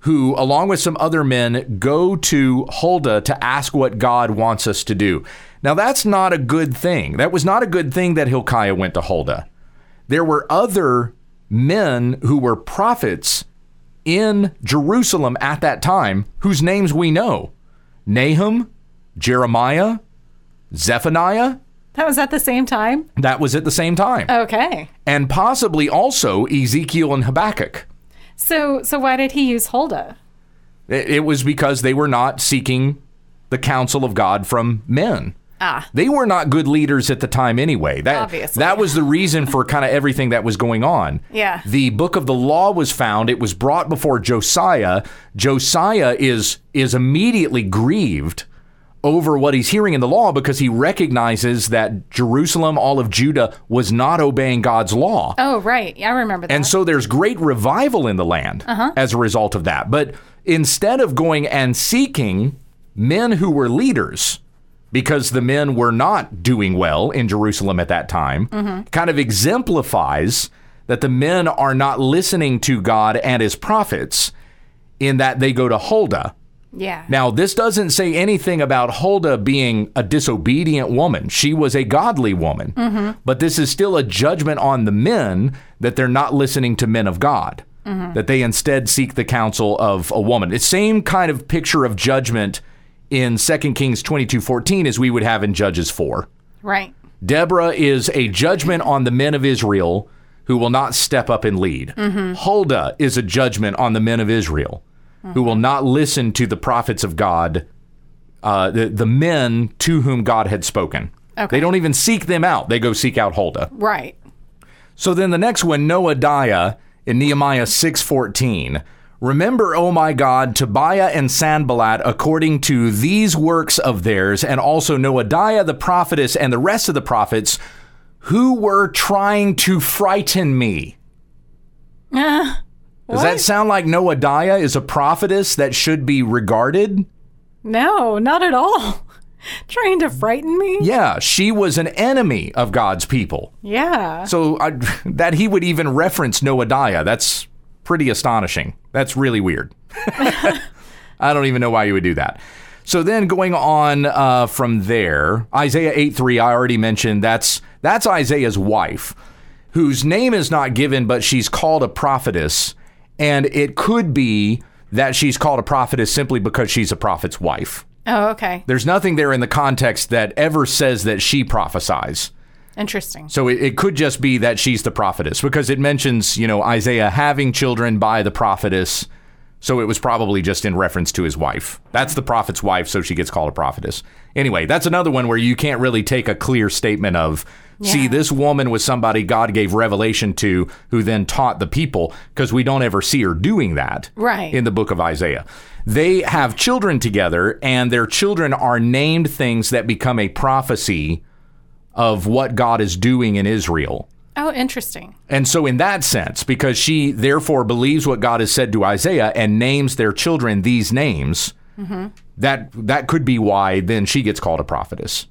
Speaker 1: who, along with some other men, go to Huldah to ask what God wants us to do. Now, that's not a good thing. That was not a good thing that Hilkiah went to Huldah. There were other men who were prophets in Jerusalem at that time whose names we know Nahum, Jeremiah, Zephaniah.
Speaker 2: That was at the same time.
Speaker 1: That was at the same time
Speaker 2: Okay.
Speaker 1: and possibly also Ezekiel and Habakkuk.
Speaker 2: So so why did he use Huldah?
Speaker 1: It it was because they were not seeking the counsel of God from men.
Speaker 2: Ah.
Speaker 1: They were not good leaders at the time anyway. That
Speaker 2: Obviously.
Speaker 1: that was the reason for kind of everything that was going on.
Speaker 2: Yeah.
Speaker 1: The book of the law was found, it was brought before Josiah. Josiah is is immediately grieved over what he's hearing in the law because he recognizes that Jerusalem, all of Judah was not obeying God's law.
Speaker 2: Oh right. I remember that.
Speaker 1: And so there's great revival in the land as a result of that. But instead of going and seeking men who were leaders, because the men were not doing well in Jerusalem at that time, kind of exemplifies that the men are not listening to God and his prophets in that they go to Huldah.
Speaker 2: Yeah.
Speaker 1: Now, this doesn't say anything about Huldah being a disobedient woman. She was a godly woman. But this is still a judgment on the men that they're not listening to men of God, that they instead seek the counsel of a woman. It's same kind of picture of judgment in 2 Kings 22:14 as we would have in Judges 4.
Speaker 2: right.
Speaker 1: Deborah is a judgment on the men of Israel who will not step up and lead. Huldah is a judgment on the men of Israel who will not listen to the prophets of God, uh, the, the men to whom God had spoken.
Speaker 2: Okay.
Speaker 1: They don't even seek them out, they go seek out Huldah.
Speaker 2: Right.
Speaker 1: So then the next one, Noadiah in Nehemiah 6:14. Remember, O my God, Tobiah and Sanballat according to these works of theirs, and also Noadiah the prophetess and the rest of the prophets who were trying to frighten me.
Speaker 2: Uh,
Speaker 1: Does that sound like Noadiah is a prophetess that should be regarded?
Speaker 2: no, not at all. Trying to frighten me?
Speaker 1: Yeah, she was an enemy of God's people.
Speaker 2: Yeah.
Speaker 1: So I, that he would even reference Noadiah, that's pretty astonishing. That's really weird. I don't even know why you would do that. So then going on uh, from there, Isaiah 8 3, I already mentioned that's, that's Isaiah's wife, whose name is not given, but she's called a prophetess. And it could be that she's called a prophetess simply because she's a prophet's wife.
Speaker 2: Oh, okay.
Speaker 1: There's nothing there in the context that ever says that she prophesies.
Speaker 2: Interesting.
Speaker 1: So it, it could just be that she's the prophetess because it mentions, you know, Isaiah having children by the prophetess. So it was probably just in reference to his wife. That's the prophet's wife, so she gets called a prophetess. Anyway, that's another one where you can't really take a clear statement of, see,
Speaker 2: Yeah.
Speaker 1: this woman was somebody God gave revelation to who then taught the people because we don't ever see her doing that
Speaker 2: Right.
Speaker 1: in the book of Isaiah. They have children together, and their children are named things that become a prophecy of what God is doing in Israel.
Speaker 2: Oh, interesting.
Speaker 1: And so, in that sense, because she therefore believes what God has said to Isaiah and names their children these names, that that could be why then she gets called a prophetess.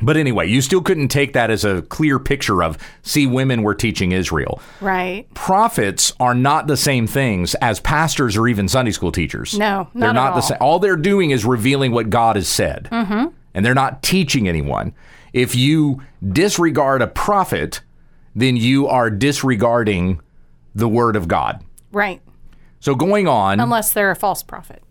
Speaker 1: But anyway, you still couldn't take that as a clear picture of see women were teaching Israel.
Speaker 2: Right.
Speaker 1: Prophets are not the same things as pastors or even Sunday school teachers.
Speaker 2: No,
Speaker 1: they're
Speaker 2: not at
Speaker 1: not the
Speaker 2: all.
Speaker 1: same. All they're doing is revealing what God has said, mm-hmm. and they're not teaching anyone. If you disregard a prophet, then you are disregarding the word of God.
Speaker 2: Right.
Speaker 1: So going on,
Speaker 2: Unless they're a false prophet.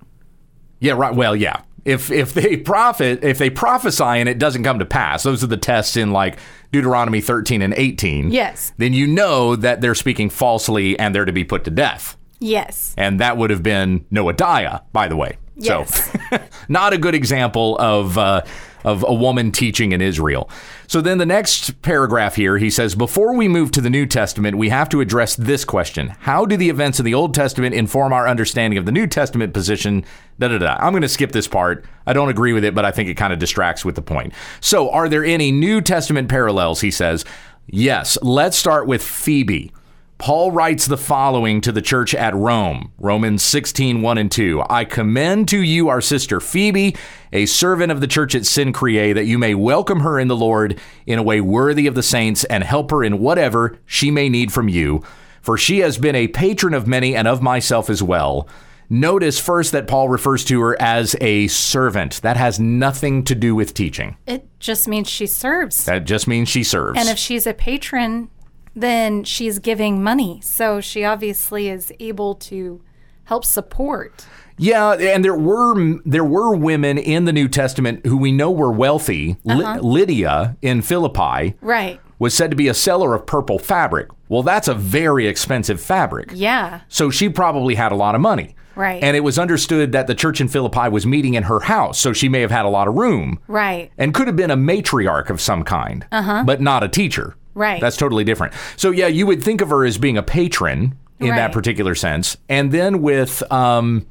Speaker 1: yeah, right. Well, yeah. If if they profit, if they prophesy and it doesn't come to pass, those are the tests in like Deuteronomy 13 and 18.
Speaker 2: Yes.
Speaker 1: Then you know that they're speaking falsely and they're to be put to death.
Speaker 2: Yes.
Speaker 1: and that would have been Noadiah, by the way.
Speaker 2: Yes.
Speaker 1: So, not a good example of uh, of a woman teaching in Israel. So then the next paragraph here, he says, before we move to the New Testament, we have to address this question: How do the events of the Old Testament inform our understanding of the New Testament position? Da da da. I'm going to skip this part. I don't agree with it, but I think it kind of distracts with the point. So, are there any New Testament parallels? He says. Yes, let's start with Phoebe. Paul writes the following to the church at Rome Romans 16, 1 and 2. I commend to you our sister Phoebe, a servant of the church at Sincrea, that you may welcome her in the Lord in a way worthy of the saints and help her in whatever she may need from you. For she has been a patron of many and of myself as well. Notice first that Paul refers to her as a servant. That has nothing to do with teaching.
Speaker 2: It just means she serves.
Speaker 1: That just means she serves.
Speaker 2: And if she's a patron, then she's giving money. So she obviously is able to help support.
Speaker 1: Yeah, and there were there were women in the New Testament who we know were wealthy. Ly- Lydia in Philippi
Speaker 2: Right.
Speaker 1: was said to be a seller of purple fabric. Well, that's a very expensive fabric.
Speaker 2: Yeah.
Speaker 1: So she probably had a lot of money.
Speaker 2: Right.
Speaker 1: And it was understood that the church in Philippi was meeting in her house, so she may have had a lot of room
Speaker 2: Right.
Speaker 1: and could have been a matriarch of some kind, but not a teacher.
Speaker 2: Right.
Speaker 1: That's totally different. So yeah, you would think of her as being a patron in that
Speaker 2: Right.
Speaker 1: particular sense, and then with um,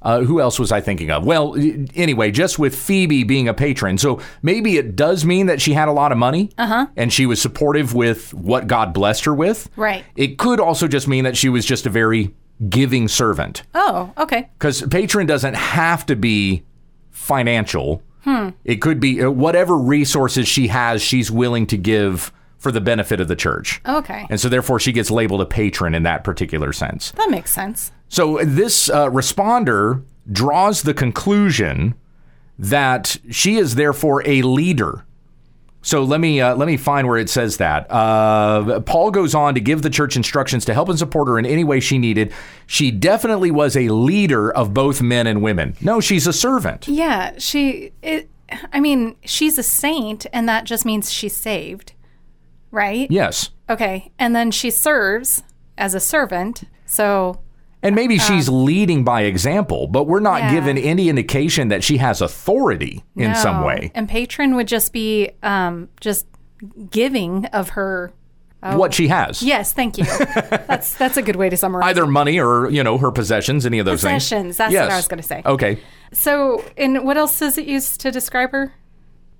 Speaker 1: uh, who else was I thinking of? Well, y- anyway, just with Phoebe being a patron, so maybe it does mean that she had a lot of money, uh-huh. and she was supportive with what God blessed her with.
Speaker 2: Right.
Speaker 1: It could also just mean that she was just a very giving servant
Speaker 2: Oh, okay.
Speaker 1: because patron doesn't have to be financial.
Speaker 2: Hmm.
Speaker 1: It could be uh, whatever resources she has, she's willing to give for the benefit of the church.
Speaker 2: Okay.
Speaker 1: And so, therefore, she gets labeled a patron in that particular sense.
Speaker 2: That makes sense.
Speaker 1: So this uh, responder draws the conclusion that she is therefore a leader. So let me uh, let me find where it says that. Uh, Paul goes on to give the church instructions to help and support her in any way she needed. She definitely was a leader of both men and women. No, she's a servant.
Speaker 2: Yeah, she. It, I mean, she's a saint, and that just means she's saved, right?
Speaker 1: Yes.
Speaker 2: Okay, and then she serves as a servant. So
Speaker 1: And maybe she's leading by example, but we're not
Speaker 2: Uh-huh. Yeah.
Speaker 1: given any indication that she has authority in some
Speaker 2: No.
Speaker 1: way.
Speaker 2: and patron would just be um, just giving of her. Oh.
Speaker 1: What she has.
Speaker 2: Yes, thank you. that's that's a good way to summarize.
Speaker 1: either money or you know her possessions, any of those things.
Speaker 2: Possessions, that's what I was gonna say.
Speaker 1: Okay.
Speaker 2: So, and what else is it used to describe her?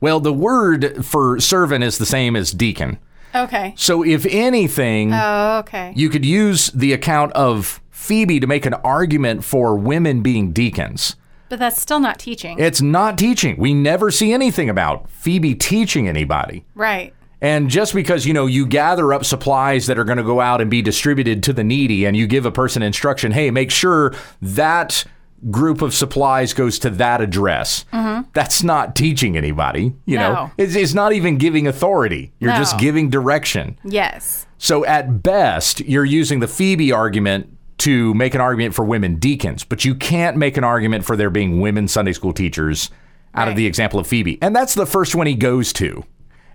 Speaker 1: Well, the word for servant is the same as deacon.
Speaker 2: Okay.
Speaker 1: So if anything,
Speaker 2: Oh. Okay.
Speaker 1: you could use the account of Phoebe to make an argument for women being deacons.
Speaker 2: But that's still not teaching.
Speaker 1: It's not teaching. We never see anything about Phoebe teaching anybody.
Speaker 2: right.
Speaker 1: And just because, you know, you gather up supplies that are going to go out and be distributed to the needy and you give a person instruction, hey, make sure that group of supplies goes to that address. That's not teaching anybody, you know.
Speaker 2: Mm-hmm. No.
Speaker 1: It's, it's not even giving authority. You're just
Speaker 2: No.
Speaker 1: giving direction.
Speaker 2: Yes.
Speaker 1: So at best, you're using the Phoebe argument to make an argument for women deacons, but you can't make an argument for there being women Sunday school teachers out of
Speaker 2: Right.
Speaker 1: the example of Phoebe. And that's the first one he goes to.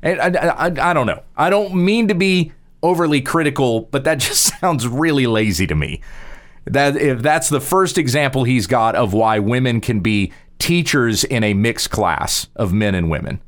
Speaker 1: And I, I, I- I don't know. I don't mean to be overly critical, but that just sounds really lazy to me. That if that's the first example he's got of why women can be teachers in a mixed class of men and women.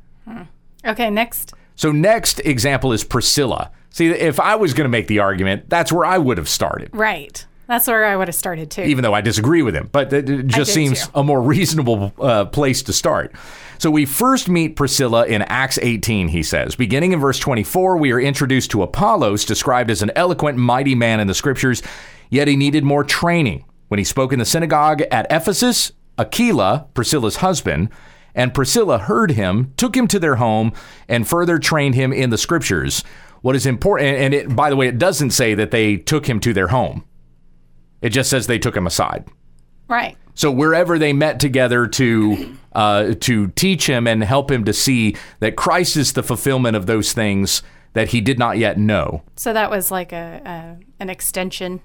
Speaker 2: Okay. Next.
Speaker 1: So next example is Priscilla. See, if I was going to make the argument, that's where I would have started,
Speaker 2: Right. That's where I would have started too.
Speaker 1: even though I disagree with him. But it it just
Speaker 2: do
Speaker 1: seems
Speaker 2: too.
Speaker 1: a more reasonable uh, place to start. So we first meet Priscilla in Acts 18, he says. Beginning in verse 24, we are introduced to Apollos, described as an eloquent, mighty man in the scriptures, yet he needed more training. When he spoke in the synagogue at Ephesus, Aquila, Priscilla's husband, and Priscilla heard him, took him to their home, and further trained him in the scriptures. What is important, and it, by the way, it doesn't say that they took him to their home. It just says they took him aside.
Speaker 2: right.
Speaker 1: So wherever they met together to uh, to teach him and help him to see that Christ is the fulfillment of those things that he did not yet know.
Speaker 2: So that was like a, a an extension.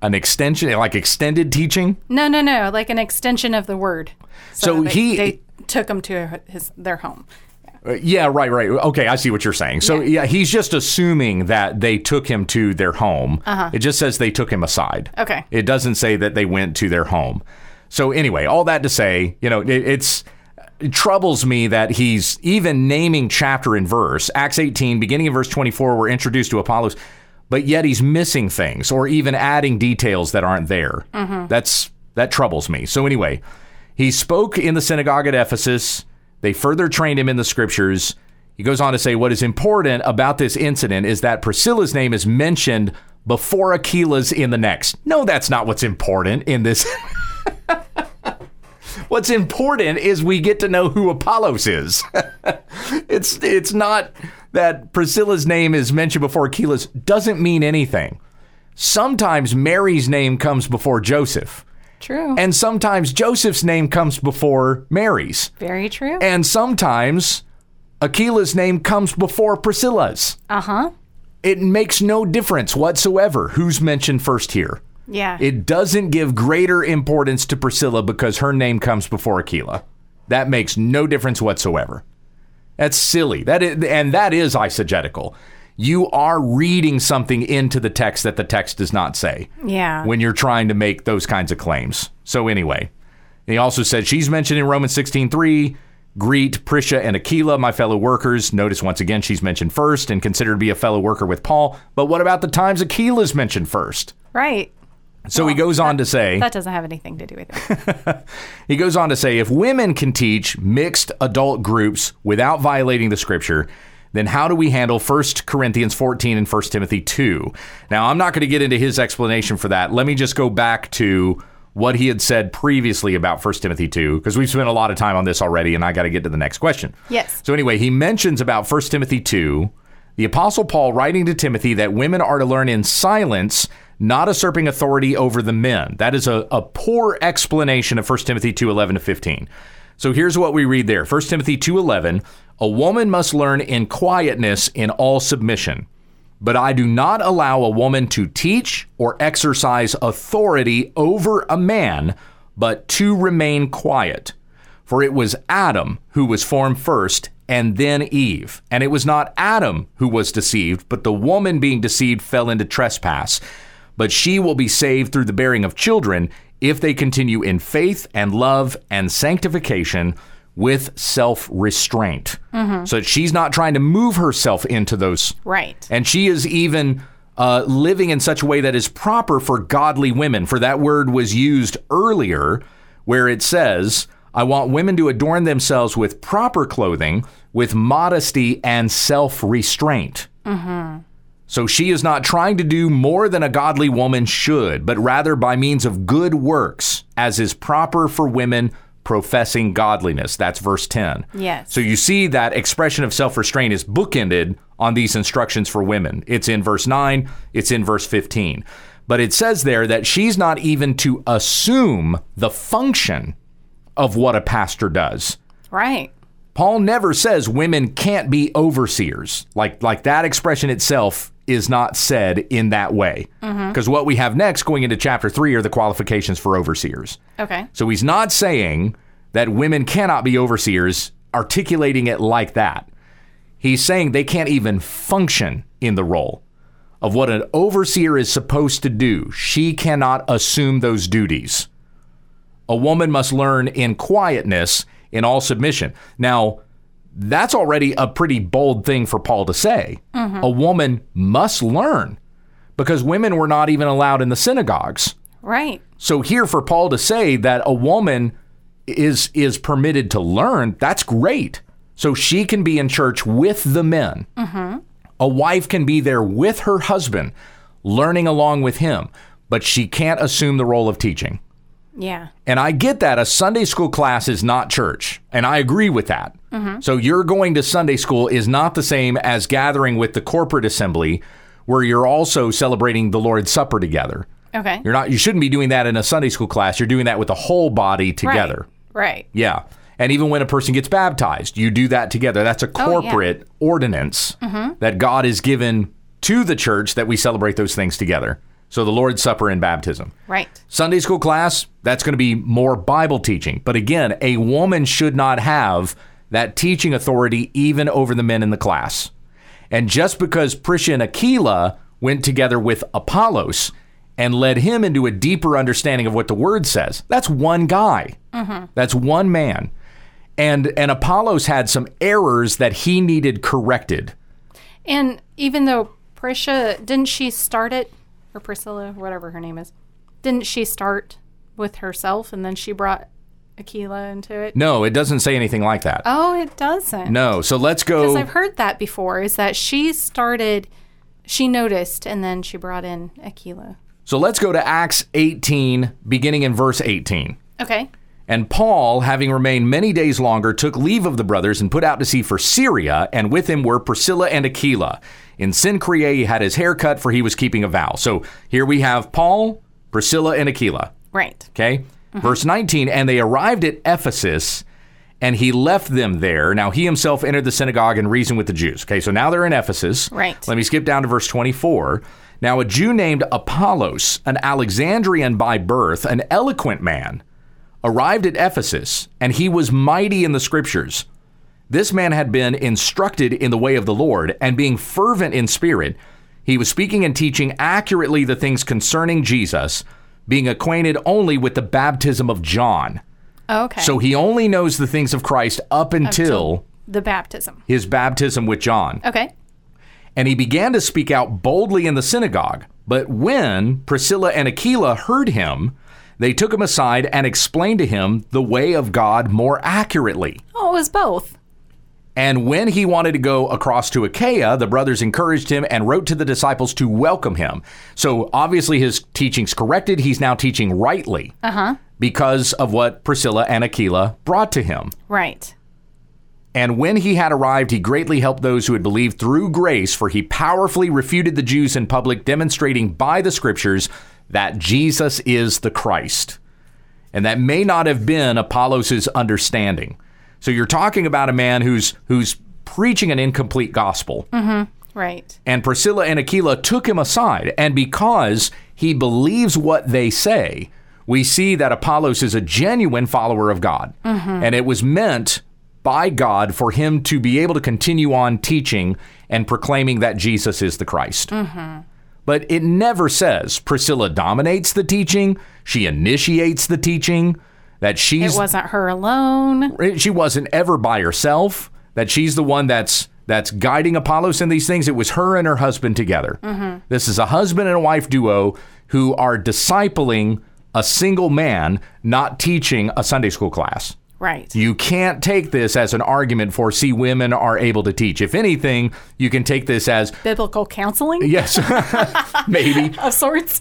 Speaker 1: An extension, like extended teaching.
Speaker 2: No, no, no. Like an extension of the word.
Speaker 1: So
Speaker 2: they,
Speaker 1: he-
Speaker 2: they took him to his their home.
Speaker 1: Uh, yeah, right, right. Okay, I see what you're saying. So yeah, he's just assuming that they took him to their home. Uh-huh. It just says they took him aside.
Speaker 2: Okay.
Speaker 1: It doesn't say that they went to their home. So anyway, all that to say, you know, it, it's it troubles me that he's even naming chapter and verse. Acts 18, beginning in verse 24, we're introduced to Apollos, but yet he's missing things or even adding details that aren't there. That's that troubles me. So anyway, he spoke in the synagogue at Ephesus. They further trained him in the scriptures. He goes on to say what is important about this incident is that Priscilla's name is mentioned before Aquila's in the next. No, that's not what's important in this. what's important is we get to know who Apollos is. it's it's not that Priscilla's name is mentioned before Aquila's doesn't mean anything. Sometimes Mary's name comes before Joseph,
Speaker 2: True.
Speaker 1: and sometimes Joseph's name comes before Mary's.
Speaker 2: Very true.
Speaker 1: And sometimes Aquila's name comes before Priscilla's.
Speaker 2: Uh huh.
Speaker 1: It makes no difference whatsoever who's mentioned first here.
Speaker 2: Yeah.
Speaker 1: It doesn't give greater importance to Priscilla because her name comes before Aquila. That makes no difference whatsoever. That's silly. That is, and that is eisegetical. You are reading something into the text that the text does not say
Speaker 2: yeah.
Speaker 1: when you're trying to make those kinds of claims. So anyway, and he also said she's mentioned in Romans 16:3, greet Priscia and Aquila, my fellow workers. Notice once again she's mentioned first and considered to be a fellow worker with Paul. But what about the times Aquila's mentioned first?
Speaker 2: right.
Speaker 1: So he goes on to say
Speaker 2: That doesn't have anything to do with it.
Speaker 1: he goes on to say if women can teach mixed adult groups without violating the scripture, then how do we handle 1 Corinthians 14 and 1 Timothy 2? Now, I'm not going to get into his explanation for that. Let me just go back to what he had said previously about 1 Timothy 2, because we've spent a lot of time on this already, and I got to get to the next question.
Speaker 2: Yes.
Speaker 1: So, anyway, he mentions about 1 Timothy 2, the Apostle Paul writing to Timothy that women are to learn in silence, not usurping authority over the men. That is a, a poor explanation of 1 Timothy 2 11 to 15. So here's what we read there 1 Timothy 2 11 A woman must learn in quietness in all submission. But I do not allow a woman to teach or exercise authority over a man, but to remain quiet. For it was Adam who was formed first, and then Eve. And it was not Adam who was deceived, but the woman being deceived fell into trespass. But she will be saved through the bearing of children if they continue in faith and love and sanctification with self restraint. So that she's not trying to move herself into those
Speaker 2: Right.
Speaker 1: and she is even uh, living in such a way that is proper for godly women. For that word was used earlier, where it says, I want women to adorn themselves with proper clothing, with modesty and self restraint. So she is not trying to do more than a godly woman should, but rather by means of good works, as is proper for women professing godliness. That's verse 10.
Speaker 2: Yes.
Speaker 1: So you see that expression of self restraint is bookended on these instructions for women. It's in verse 9, it's in verse 15. But it says there that she's not even to assume the function of what a pastor does.
Speaker 2: Right.
Speaker 1: Paul never says women can't be overseers. Like like that expression itself is not said in that way. Because what we have next going into chapter three are the qualifications for overseers.
Speaker 2: Okay.
Speaker 1: So he's not saying that women cannot be overseers, articulating it like that. He's saying they can't even function in the role of what an overseer is supposed to do. She cannot assume those duties. A woman must learn in quietness, in all submission. Now, that's already a pretty bold thing for Paul to say. A woman must learn because women were not even allowed in the synagogues.
Speaker 2: Right.
Speaker 1: So here for Paul to say that a woman is is permitted to learn, that's great. So she can be in church with the men. A wife can be there with her husband, learning along with him, but she can't assume the role of teaching.
Speaker 2: Yeah.
Speaker 1: And I get that a Sunday school class is not church, and I agree with that. So your going to Sunday school is not the same as gathering with the corporate assembly, where you're also celebrating the Lord's Supper together.
Speaker 2: Okay.
Speaker 1: You're not you shouldn't be doing that in a Sunday school class. You're doing that with the whole body together.
Speaker 2: Right.
Speaker 1: Yeah. And even when a person gets baptized, you do that together. That's a
Speaker 2: Oh, yeah. Mm-hmm.
Speaker 1: corporate ordinance that God has given to the church that we celebrate those things together. So the Lord's Supper and baptism.
Speaker 2: Right.
Speaker 1: Sunday school class, that's going to be more Bible teaching. But again, a woman should not have that teaching authority even over the men in the class. And just because Prisha and Aquila went together with Apollos and led him into a deeper understanding of what the word says, that's one guy, that's one man. And, and Apollos had some errors that he needed corrected.
Speaker 2: And even though Prisha didn't she start it or Priscilla, whatever her name is, didn't she start with herself and then she brought Aquila into it?
Speaker 1: No, it doesn't say anything like that.
Speaker 2: Oh, it doesn't.
Speaker 1: no, so let's
Speaker 2: Because
Speaker 1: go.
Speaker 2: I've heard that before is that she started, she noticed, and then she brought in Aquila.
Speaker 1: So let's go to Acts 18, beginning in verse 18.
Speaker 2: Okay.
Speaker 1: And Paul, having remained many days longer, took leave of the brothers and put out to sea for Syria, and with him were Priscilla and Aquila. In Synchrea, he had his hair cut, for he was keeping a vow. So here we have Paul, Priscilla, and Aquila.
Speaker 2: Right.
Speaker 1: Okay. Verse 19, and they arrived at Ephesus, and he left them there. Now he himself entered the synagogue and reasoned with the Jews. Okay, so now they're in Ephesus.
Speaker 2: Right.
Speaker 1: Let me skip down to verse 24. Now a Jew named Apollos, an Alexandrian by birth, an eloquent man, arrived at Ephesus, and he was mighty in the scriptures. This man had been instructed in the way of the Lord, and being fervent in spirit, he was speaking and teaching accurately the things concerning Jesus, being acquainted only with the baptism of John.
Speaker 2: Okay.
Speaker 1: So he only knows the things of Christ up until
Speaker 2: the baptism.
Speaker 1: his baptism with John.
Speaker 2: Okay.
Speaker 1: And he began to speak out boldly in the synagogue. But when Priscilla and Aquila heard him, they took him aside and explained to him the way of God more accurately.
Speaker 2: Oh, it was both.
Speaker 1: And when he wanted to go across to Achaia, the brothers encouraged him and wrote to the disciples to welcome him. So obviously his teaching's corrected. He's now teaching rightly because of what Priscilla and Aquila brought to him.
Speaker 2: Right.
Speaker 1: And when he had arrived, he greatly helped those who had believed through grace, for he powerfully refuted the Jews in public, demonstrating by the scriptures that Jesus is the Christ. And that may not have been Apollos' understanding. So you're talking about a man who's who's preaching an incomplete gospel.
Speaker 2: Right.
Speaker 1: And Priscilla and Aquila took him aside, and because he believes what they say, we see that Apollos is a genuine follower of God. And it was meant by God for him to be able to continue on teaching and proclaiming that Jesus is the Christ. But it never says Priscilla dominates the teaching, she initiates the teaching, that
Speaker 2: It
Speaker 1: she's
Speaker 2: wasn't her alone.
Speaker 1: she wasn't ever by herself that she's the one that's that's guiding apollos in these things it was her and her husband together this is a husband and a wife duo who are discipling a single man not teaching a sunday school class
Speaker 2: Right.
Speaker 1: you can't take this as an argument for see women are able to teach if anything you can take this as
Speaker 2: Biblical counseling
Speaker 1: yes maybe
Speaker 2: of sorts.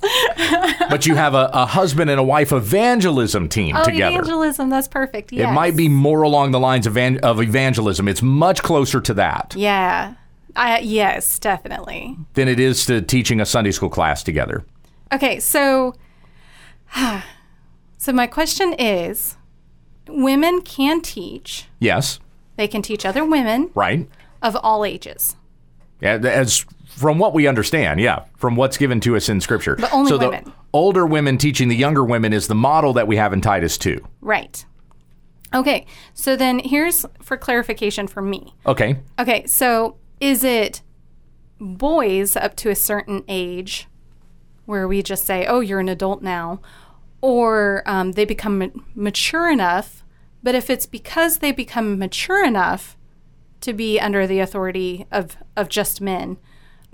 Speaker 1: but you have a, a husband and a wife evangelism team
Speaker 2: Oh,
Speaker 1: together
Speaker 2: evangelism. That's perfect.
Speaker 1: It
Speaker 2: Yes.
Speaker 1: might be more along the lines of, van- of evangelism. It's much closer to that
Speaker 2: Yeah. I, yes, definitely.
Speaker 1: than it is to teaching a Sunday school class together.
Speaker 2: Okay, so so my question is women can teach.
Speaker 1: Yes,
Speaker 2: They can teach other women
Speaker 1: right?
Speaker 2: of all ages.
Speaker 1: Yeah, th- As from what we understand, yeah, from what's given to us in Scripture. But
Speaker 2: only
Speaker 1: so The
Speaker 2: women.
Speaker 1: older women teaching the younger women is the model that we have in Titus 2.
Speaker 2: Right. Okay. So then here's for clarification for me.
Speaker 1: Okay.
Speaker 2: Okay, so is it boys up to a certain age where we just say, "Oh, you're an adult now," or um, they become ma- mature enough? But if it's because they become mature enough to be under the authority of of just men,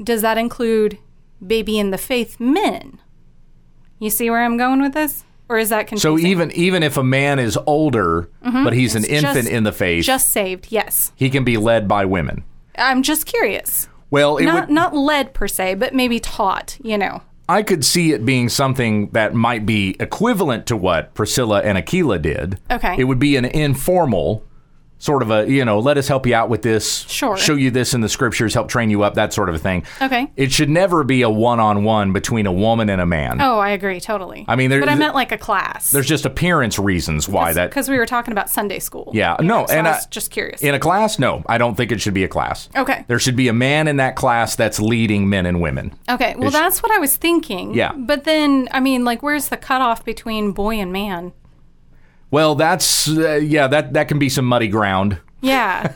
Speaker 2: does that include baby in the faith men? You see where I'm going with this, or is that
Speaker 1: So e-,
Speaker 2: confusing?
Speaker 1: even even if a man is older, but he's an
Speaker 2: Mm-hmm. It's just-
Speaker 1: infant in the faith,
Speaker 2: just saved, yes.
Speaker 1: he can be led by women.
Speaker 2: I'm just curious.
Speaker 1: Well, it
Speaker 2: Not
Speaker 1: would,
Speaker 2: not led per se, but maybe taught. You know.
Speaker 1: I could see it being something that might be equivalent to what Priscilla and Aquila did.
Speaker 2: Okay.
Speaker 1: It would be an informal sort of a, you know, let us help you out with this.
Speaker 2: Sure.
Speaker 1: Show you this in the scriptures, help train you up, that sort of a thing.
Speaker 2: Okay.
Speaker 1: It should never be a one on one between a woman and a man.
Speaker 2: Oh, I agree totally. I
Speaker 1: mean, there-
Speaker 2: but I meant like a class.
Speaker 1: There's just appearance reasons why that.
Speaker 2: because we were talking about Sunday school.
Speaker 1: Yeah,
Speaker 2: You
Speaker 1: no,
Speaker 2: know, so
Speaker 1: and
Speaker 2: I
Speaker 1: I-
Speaker 2: was just curious.
Speaker 1: In a class? No, I don't think it should be a class.
Speaker 2: Okay.
Speaker 1: There should be a man in that class that's leading men and women.
Speaker 2: okay, well, that's what I was thinking.
Speaker 1: Yeah.
Speaker 2: but then I mean, like, where's the cutoff between boy and man?
Speaker 1: Well, that's, uh, yeah, that, that can be some muddy ground.
Speaker 2: Yeah,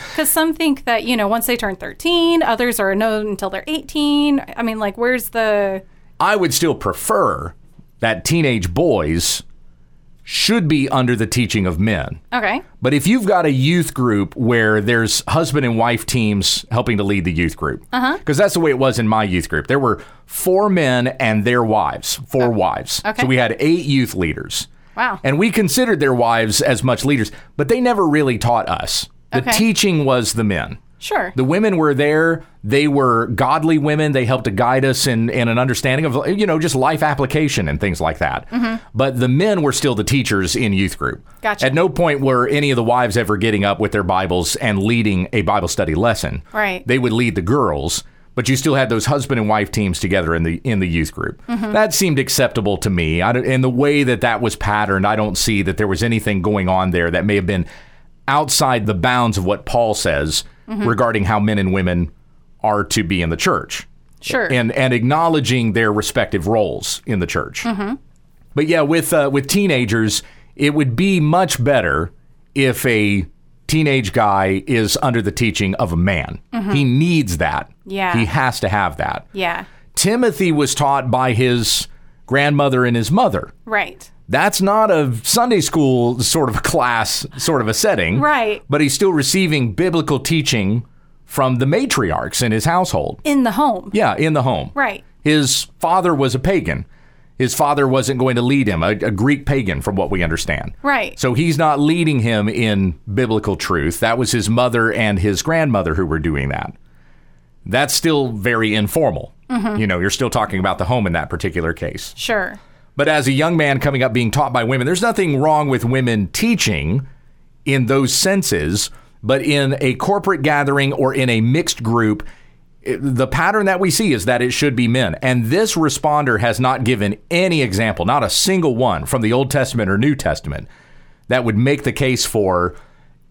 Speaker 2: because some think that you know once they turn thirteen, others are no until they're eighteen. I mean, like, where's the
Speaker 1: I would still prefer that teenage boys should be under the teaching of men.
Speaker 2: okay?
Speaker 1: But if you've got a youth group where there's husband and wife teams helping to lead the youth group, because
Speaker 2: Uh-huh.
Speaker 1: that's the way it was in my youth group, there were four men and their wives, four wives.
Speaker 2: Oh, okay.
Speaker 1: So we had eight youth leaders.
Speaker 2: Wow.
Speaker 1: And we considered their wives as much leaders, but they never really taught us. The
Speaker 2: Okay.
Speaker 1: teaching was the men.
Speaker 2: Sure.
Speaker 1: The women were there. They were godly women. They helped to guide us in, in an understanding of, you know, just life application and things like that. But the men were still the teachers in youth group.
Speaker 2: Mm-hmm. Gotcha.
Speaker 1: At no point were any of the wives ever getting up with their Bibles and leading a Bible study lesson.
Speaker 2: Right.
Speaker 1: They would lead the girls, but you still had those husband and wife teams together in the in the youth group. That seemed acceptable to me. I don't, and the way that that was patterned, I don't see that there was anything going on there that may have been outside the bounds of what Paul says regarding how men and women are to be in the church
Speaker 2: sure.
Speaker 1: and and acknowledging their respective roles in the church.
Speaker 2: Mm-hmm.
Speaker 1: But yeah, with uh, with teenagers, it would be much better if a teenage guy is under the teaching of a man. He needs that.
Speaker 2: Mm-hmm. Yeah.
Speaker 1: he has to have that.
Speaker 2: yeah.
Speaker 1: Timothy was taught by his grandmother and his mother.
Speaker 2: Right.
Speaker 1: That's not a Sunday school sort of class, sort of a setting.
Speaker 2: Right.
Speaker 1: But he's still receiving biblical teaching from the matriarchs in his household.
Speaker 2: In the home.
Speaker 1: Yeah, in the home.
Speaker 2: Right.
Speaker 1: His father was a pagan. his father wasn't going to lead him, a, a Greek pagan, from what we understand.
Speaker 2: Right.
Speaker 1: So he's not leading him in biblical truth. That was his mother and his grandmother who were doing that. That's still very informal. You know, you're still talking about the home in that particular case.
Speaker 2: Sure.
Speaker 1: But as a young man coming up being taught by women, there's nothing wrong with women teaching in those senses, but in a corporate gathering or in a mixed group, it- the pattern that we see is that it should be men. And this responder has not given any example, not a single one from the Old Testament or New Testament, that would make the case for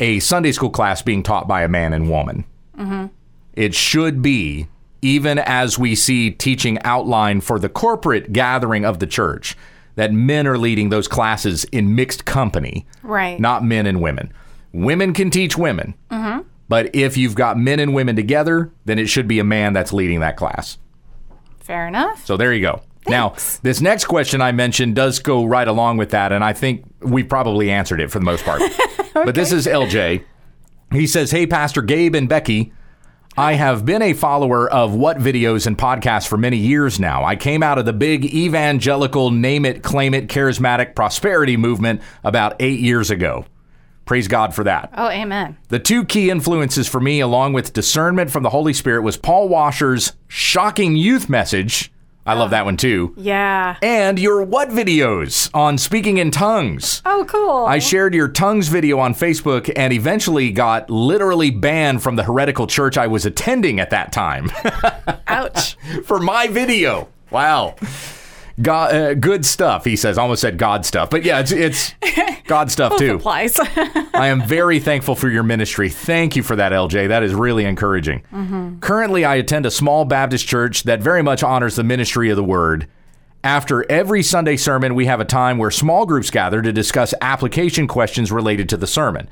Speaker 1: a Sunday school class being taught by a man and woman Mm-hmm. it should be even as we see teaching outline for the corporate gathering of the church that men are leading those classes in mixed company
Speaker 2: Right.
Speaker 1: not men and women women can teach women but if you've got men and women together then it should be a man that's leading that class
Speaker 2: Fair enough.
Speaker 1: so there you go now this next question i mentioned does go right along with that and i think we probably answered it for the most part but this is lj he says hey pastor gabe and becky I have been a follower of what videos and podcasts for many years now. I came out of the big evangelical name it, claim it, charismatic prosperity movement about eight years ago. Praise God for that.
Speaker 2: Oh, amen.
Speaker 1: The two key influences for me, along with discernment from the Holy Spirit, was Paul Washer's shocking youth message. I love that one too.
Speaker 2: Yeah.
Speaker 1: And your what videos on speaking in tongues.
Speaker 2: Oh, cool.
Speaker 1: I shared your tongues video on Facebook and eventually got literally banned from the heretical church I was attending at that time.
Speaker 2: Ouch.
Speaker 1: for my video. Wow. God, uh, good stuff, he says. Almost said God stuff, but yeah, it's, it's God stuff too.
Speaker 2: Applies.
Speaker 1: I am very thankful for your ministry. Thank you for that, LJ. That is really encouraging. Currently, I attend a small Baptist church that very much honors the ministry of the word. After every Sunday sermon, we have a time where small groups gather to discuss application questions related to the sermon.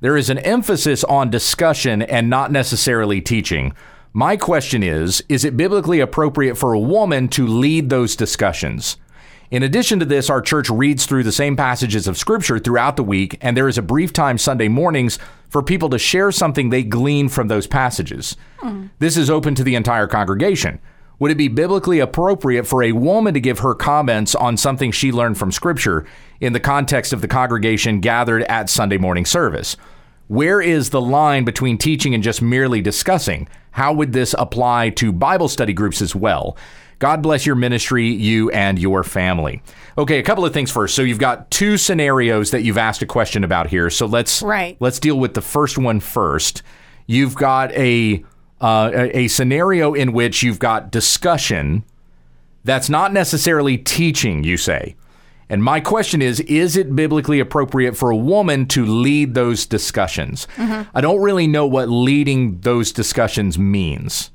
Speaker 1: There is an emphasis on discussion and not necessarily teaching. My question is Is it biblically appropriate for a woman to lead those discussions? In addition to this, our church reads through the same passages of Scripture throughout the week, and there is a brief time Sunday mornings for people to share something they glean from those passages. This is open to the entire congregation. Would it be biblically appropriate for a woman to give her comments on something she learned from Scripture in the context of the congregation gathered at Sunday morning service? Where is the line between teaching and just merely discussing? How would this apply to Bible study groups as well? God bless your ministry, you and your family. Okay, a couple of things first. So you've got two scenarios that you've asked a question about here. So let's
Speaker 2: Right.
Speaker 1: let's deal with the first one first. You've got a uh, a a scenario in which you've got discussion that's not necessarily teaching, you say. And my question is Is it biblically appropriate for a woman to lead those discussions? I don't really know what leading those discussions means.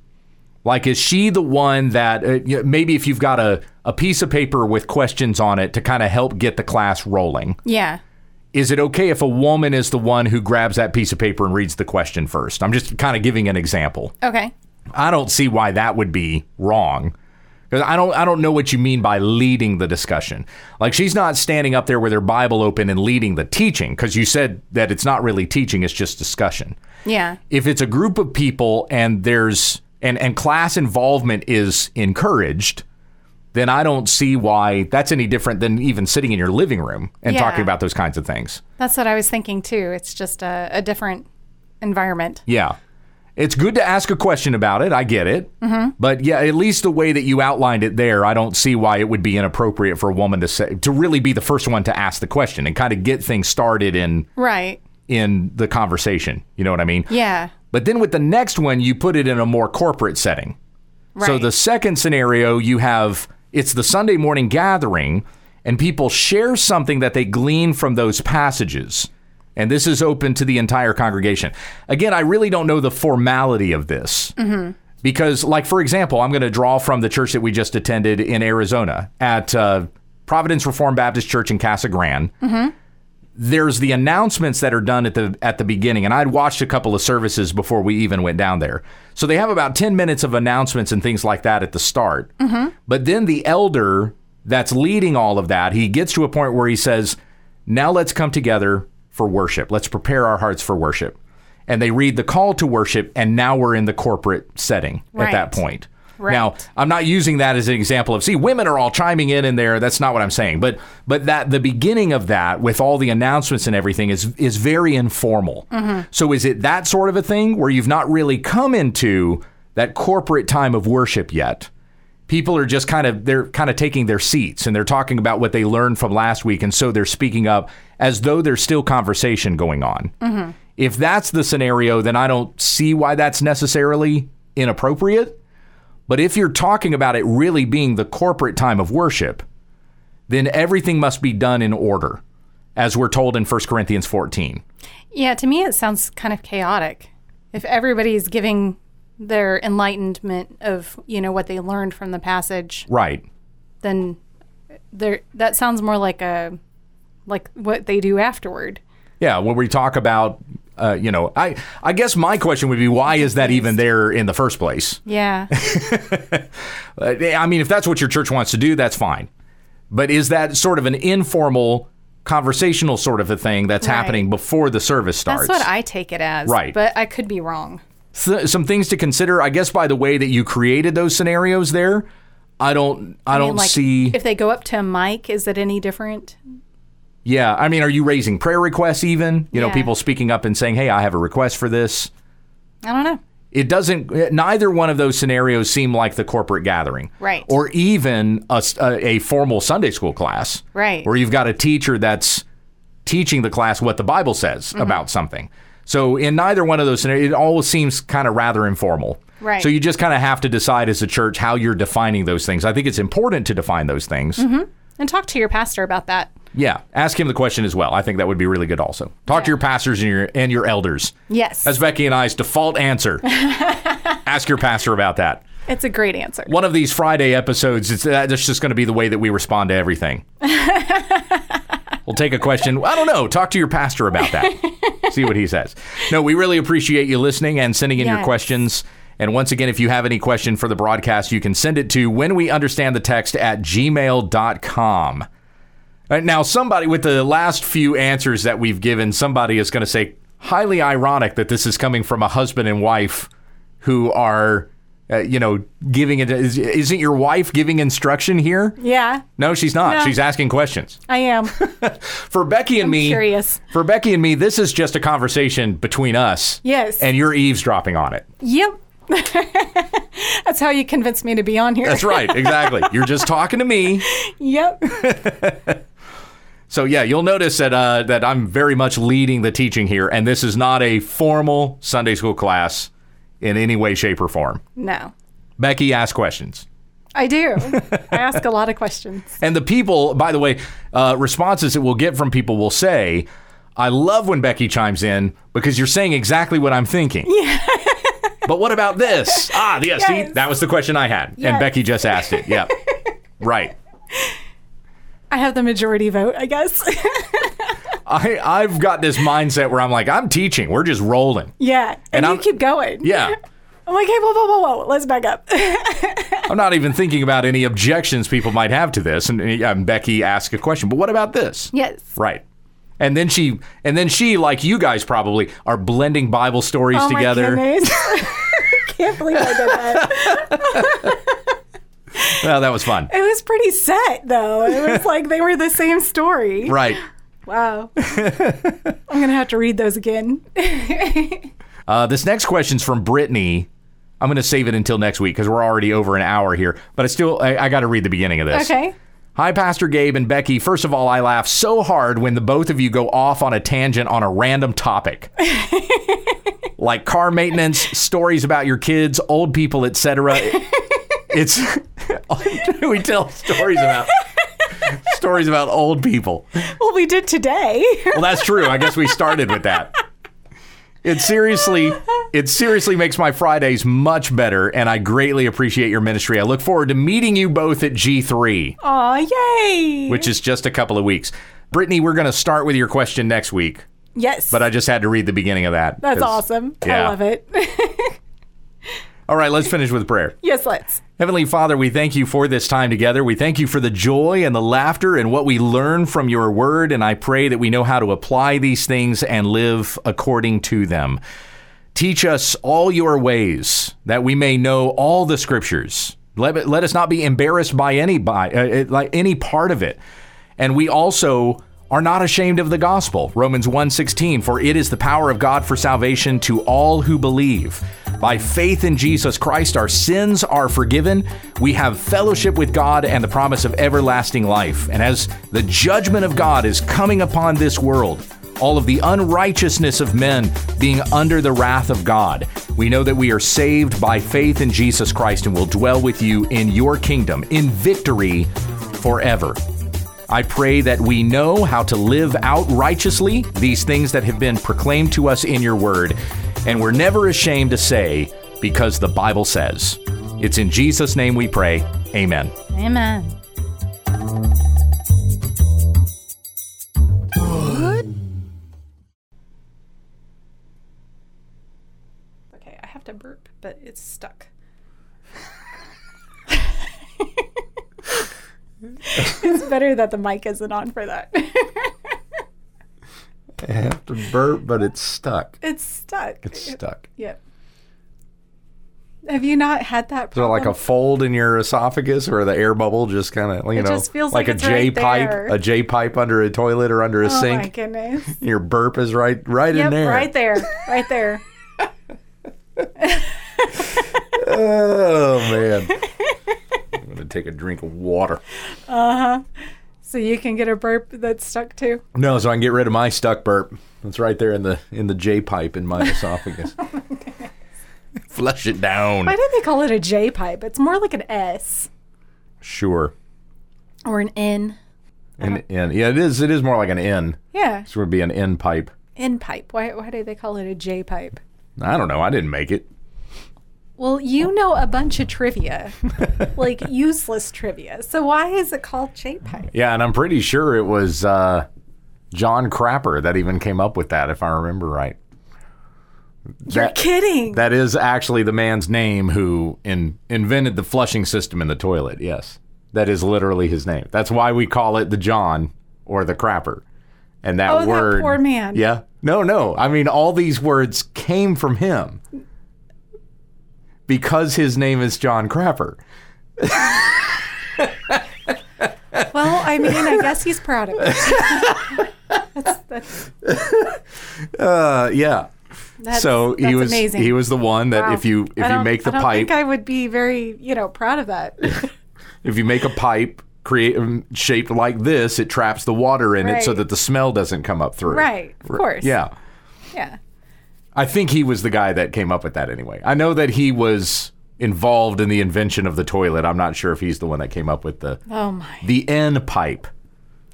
Speaker 1: Like, is she the one that uh, you know, maybe if you've got a, a piece of paper with questions on it to kind of help get the class rolling,
Speaker 2: yeah.
Speaker 1: is it okay if a woman is the one who grabs that piece of paper and reads the question first? I'm just kind of giving an example.
Speaker 2: Okay.
Speaker 1: I don't see why that would be wrong. Because I don't, I don't know what you mean by leading the discussion. Like she's not standing up there with her Bible open and leading the teaching. Because you said that it's not really teaching; it's just discussion.
Speaker 2: Yeah.
Speaker 1: If it's a group of people and there's and and class involvement is encouraged, then I don't see why that's any different than even sitting in your living room and
Speaker 2: Yeah.
Speaker 1: talking about those kinds of things.
Speaker 2: That's what I was thinking too. It's just a, a different environment.
Speaker 1: Yeah. It's good to ask a question about it. I get it. But yeah, at least the way that you outlined it there, I don't see why it would be inappropriate for a woman to say to really be the first one to ask the question and kind of get things started in
Speaker 2: Right.
Speaker 1: in the conversation. You know what I mean?
Speaker 2: Yeah.
Speaker 1: But then with the next one, you put it in a more corporate setting.
Speaker 2: Right.
Speaker 1: So the second scenario, you have it's the Sunday morning gathering, and people share something that they glean from those passages. And this is open to the entire congregation. Again, I really don't know the formality of this. Because, like, for example, I'm going to draw from the church that we just attended in Arizona at uh, Providence Reformed Baptist Church in Casa Grande there's the announcements that are done at the at the beginning and I'd watched a couple of services before we even went down there. So they have about 10 minutes of announcements and things like that at the start. But then the elder that's leading all of that, he gets to a point where he says, "Now let's come together for worship. Let's prepare our hearts for worship." And they read the call to worship and now we're in the corporate setting at
Speaker 2: Right.
Speaker 1: that point.
Speaker 2: Right.
Speaker 1: Now, I'm not using that as an example of see women are all chiming in in there. That's not what I'm saying. But but that the beginning of that with all the announcements and everything is is very informal. So is it that sort of a thing where you've not really come into that corporate time of worship yet? People are just kind of they're kind of taking their seats and they're talking about what they learned from last week and so they're speaking up as though there's still conversation going on. If that's the scenario, then I don't see why that's necessarily inappropriate. But if you're talking about it really being the corporate time of worship, then everything must be done in order, as we're told in 1 Corinthians 14.
Speaker 2: Yeah, to me, it sounds kind of chaotic. If everybody's giving their enlightenment of you know what they learned from the passage,
Speaker 1: Right.
Speaker 2: then there that sounds more like a like what they do afterward.
Speaker 1: Yeah, when we talk about, uh, you know, I, I guess my question would be why is that even there in the first place?
Speaker 2: Yeah,
Speaker 1: Uh, I mean, if that's what your church wants to do, that's fine. But is that sort of an informal, conversational sort of a thing that's
Speaker 2: Right.
Speaker 1: happening before the service starts?
Speaker 2: that's what I take it as.
Speaker 1: Right.
Speaker 2: but I could be wrong.
Speaker 1: th- some things to consider, I guess, by the way that you created those scenarios there. I don't, I,
Speaker 2: I
Speaker 1: don't
Speaker 2: mean, like,
Speaker 1: see.
Speaker 2: if they go up to a mic, is it any different?
Speaker 1: yeah, I mean, are you raising prayer requests even? You know,
Speaker 2: Yeah.
Speaker 1: people speaking up and saying, "Hey, I have a request for this."
Speaker 2: I don't know.
Speaker 1: It doesn't. Neither one of those scenarios seem like the corporate gathering,
Speaker 2: Right.
Speaker 1: Or even a, s- a- a formal Sunday school class,
Speaker 2: Right.
Speaker 1: Where you've got a teacher that's teaching the class what the Bible says
Speaker 2: Mm-hmm.
Speaker 1: about something. So in neither one of those scenarios, it all seems kind of rather informal,
Speaker 2: Right.
Speaker 1: So you just kind of have to decide as a church how you're defining those things. I think it's important to define those things.
Speaker 2: And talk to your pastor about that.
Speaker 1: Yeah, ask him the question as well. I think that would be really good. Also, talk to
Speaker 2: Yeah.
Speaker 1: your pastors and your and your elders.
Speaker 2: Yes.
Speaker 1: that's Becky and I's default answer. ask your pastor about that.
Speaker 2: It's a great answer.
Speaker 1: One of these Friday episodes, it's uh, that's just going to be the way that we respond to everything. we'll take a question. I don't know. Talk to your pastor about that. See what he says. No, we really appreciate you listening and sending in your
Speaker 2: Yes.
Speaker 1: questions. And once again, if you have any question for the broadcast, you can send it to when we understand the text at gmail.com. All right, now, somebody with the last few answers that we've given, somebody is going to say, highly ironic that this is coming from a husband and wife who are, uh, you know, giving it. Is, isn't your wife giving instruction here?
Speaker 2: Yeah,
Speaker 1: No, she's not.
Speaker 2: No.
Speaker 1: She's asking questions.
Speaker 2: I am
Speaker 1: For Becky and me,
Speaker 2: curious.
Speaker 1: for Becky and me, this is just a conversation between us.
Speaker 2: Yes.
Speaker 1: And you're eavesdropping on it.
Speaker 2: Yep. That's how you convinced me to be on here.
Speaker 1: That's right. Exactly. you're just talking to me.
Speaker 2: Yep.
Speaker 1: So yeah, you'll notice that uh, that I'm very much leading the teaching here, and this is not a formal Sunday school class in any way, shape, or form.
Speaker 2: No,
Speaker 1: Becky asks questions,
Speaker 2: I do. I ask a lot of questions.
Speaker 1: and the people, by the way, uh, responses that we'll get from people will say, "I love when Becky chimes in because you're saying exactly what I'm thinking." Yeah. but what about this? Ah, yeah. See,
Speaker 2: Yes.
Speaker 1: that was the question I had, and
Speaker 2: Yes.
Speaker 1: Becky just asked it. Yeah. right.
Speaker 2: I have the majority vote, I guess.
Speaker 1: I I've got this mindset where I'm like, I'm teaching. We're just rolling.
Speaker 2: yeah.
Speaker 1: And
Speaker 2: And,
Speaker 1: I'm-
Speaker 2: you keep going.
Speaker 1: Yeah.
Speaker 2: I'm like, hey, whoa, whoa, whoa, whoa. Let's back up.
Speaker 1: I'm not even thinking about any objections people might have to this. And, and Becky asked a question, but what about this?
Speaker 2: yes.
Speaker 1: Right. And then she, and then she, like you guys probably, are blending Bible stories
Speaker 2: Oh,
Speaker 1: together.
Speaker 2: my goodness. I can't believe I did that.
Speaker 1: Well, that was fun.
Speaker 2: It was pretty set, though. It was like they were the same story.
Speaker 1: Right.
Speaker 2: Wow. I'm going to have to read those again.
Speaker 1: Uh, this next question's from Brittany. I'm going to save it until next week because we're already over an hour here. But I still, I, I got to read the beginning of this.
Speaker 2: Okay.
Speaker 1: Hi, Pastor Gabe and Becky. First of all, I laugh so hard when the both of you go off on a tangent on a random topic. like car maintenance, stories about your kids, old people, etc. It's we tell stories about stories about old people.
Speaker 2: Well, we did today.
Speaker 1: Well, that's true. I guess we started with that. It seriously, it seriously makes my Fridays much better, and I greatly appreciate your ministry. I look forward to meeting you both at G3
Speaker 2: Aw, yay.
Speaker 1: which is just a couple of weeks. Brittany, we're going to start with your question next week,
Speaker 2: yes.
Speaker 1: but I just had to read the beginning of that.
Speaker 2: That's
Speaker 1: 'cause-
Speaker 2: awesome.
Speaker 1: yeah.
Speaker 2: I love it.
Speaker 1: All right, let's finish with prayer.
Speaker 2: yes, let's.
Speaker 1: Heavenly Father, we thank you for this time together. We thank you for the joy and the laughter and what we learn from your word. And I pray that we know how to apply these things and live according to them.
Speaker 3: Teach us all your ways that we may know all the scriptures. Let, let us not be embarrassed by any by uh, it- like any part of it. And we also are not ashamed of the gospel. Romans 1:16 for it is the power of God for salvation to all who believe. By faith in Jesus Christ our sins are forgiven. We have fellowship with God and the promise of everlasting life. And as the judgment of God is coming upon this world, all of the unrighteousness of men being under the wrath of God. We know that we are saved by faith in Jesus Christ and will dwell with you in your kingdom in victory forever. I pray that we know how to live out righteously these things that have been proclaimed to us in your word, and we're never ashamed to say, because the Bible says. It's in Jesus' name we pray. Amen.
Speaker 2: Amen. Okay, I have to burp, but it's stuck. it's better that the mic isn't on for that.
Speaker 1: I have to burp, but it's stuck.
Speaker 2: it's stuck.
Speaker 1: It's stuck.
Speaker 2: Yep. Have you not had that
Speaker 1: Is there
Speaker 2: problem?
Speaker 1: like a fold in your esophagus or the air bubble just kind of, you
Speaker 2: It
Speaker 1: know,
Speaker 2: just feels like
Speaker 1: like,
Speaker 2: it's
Speaker 1: a J
Speaker 2: right
Speaker 1: pipe,
Speaker 2: there.
Speaker 1: a J pipe under a toilet or under a
Speaker 2: oh my
Speaker 1: sink?
Speaker 2: goodness.
Speaker 1: Your burp is right, right in
Speaker 2: Yep,
Speaker 1: there.
Speaker 2: right there. Right there.
Speaker 1: Oh man, I'm gonna take a drink of water.
Speaker 2: So you can get a burp that's stuck too.
Speaker 1: No, so I can get rid of my stuck burp. It's right there in the in the J pipe in my esophagus.
Speaker 2: Oh
Speaker 3: Flush it down.
Speaker 2: Why did they call it a J pipe? It's more like an S
Speaker 1: Sure.
Speaker 2: or an N. Uh-huh.
Speaker 1: An N. Yeah, it is. It is more like an N.
Speaker 2: Yeah,
Speaker 1: It's gonna be an N pipe.
Speaker 2: N pipe. Why, why do they call it a J pipe?
Speaker 1: I don't know. I didn't make it.
Speaker 2: Well, you know a bunch of trivia, like useless trivia. So why is it called J pipe?
Speaker 1: Yeah, and I'm pretty sure it was uh, John Crapper that even came up with that, if I remember right.
Speaker 2: You're
Speaker 1: That,
Speaker 2: kidding.
Speaker 1: that is actually the man's name who in, invented the flushing system in the toilet. Yes, that is literally his name. That's why we call it the John or the Crapper. And that
Speaker 2: Oh, that
Speaker 1: word,
Speaker 2: poor man.
Speaker 1: Yeah, no, no. I mean, all these words came from him because his name is John Crapper.
Speaker 2: well, I mean, I guess he's proud of it. that's, that's,
Speaker 1: Uh, yeah.
Speaker 2: that's,
Speaker 1: so
Speaker 2: that's
Speaker 1: he was
Speaker 2: amazing.
Speaker 1: he was the one that
Speaker 2: Wow.
Speaker 1: if you if
Speaker 2: I
Speaker 1: you
Speaker 2: don't-
Speaker 1: make the
Speaker 2: I don't
Speaker 1: pipe
Speaker 2: think I would be very, you know, proud of that.
Speaker 1: If you make a pipe create um, shaped like this, it traps the water in it so
Speaker 2: Right.
Speaker 1: that the smell doesn't come up through.
Speaker 2: Right, of
Speaker 1: R-
Speaker 2: course.
Speaker 1: Yeah.
Speaker 2: Yeah.
Speaker 1: I think he was the guy that came up with that anyway. I know that he was involved in the invention of the toilet. I'm not sure if he's the one that came up with the
Speaker 2: Oh my.
Speaker 1: the N pipe.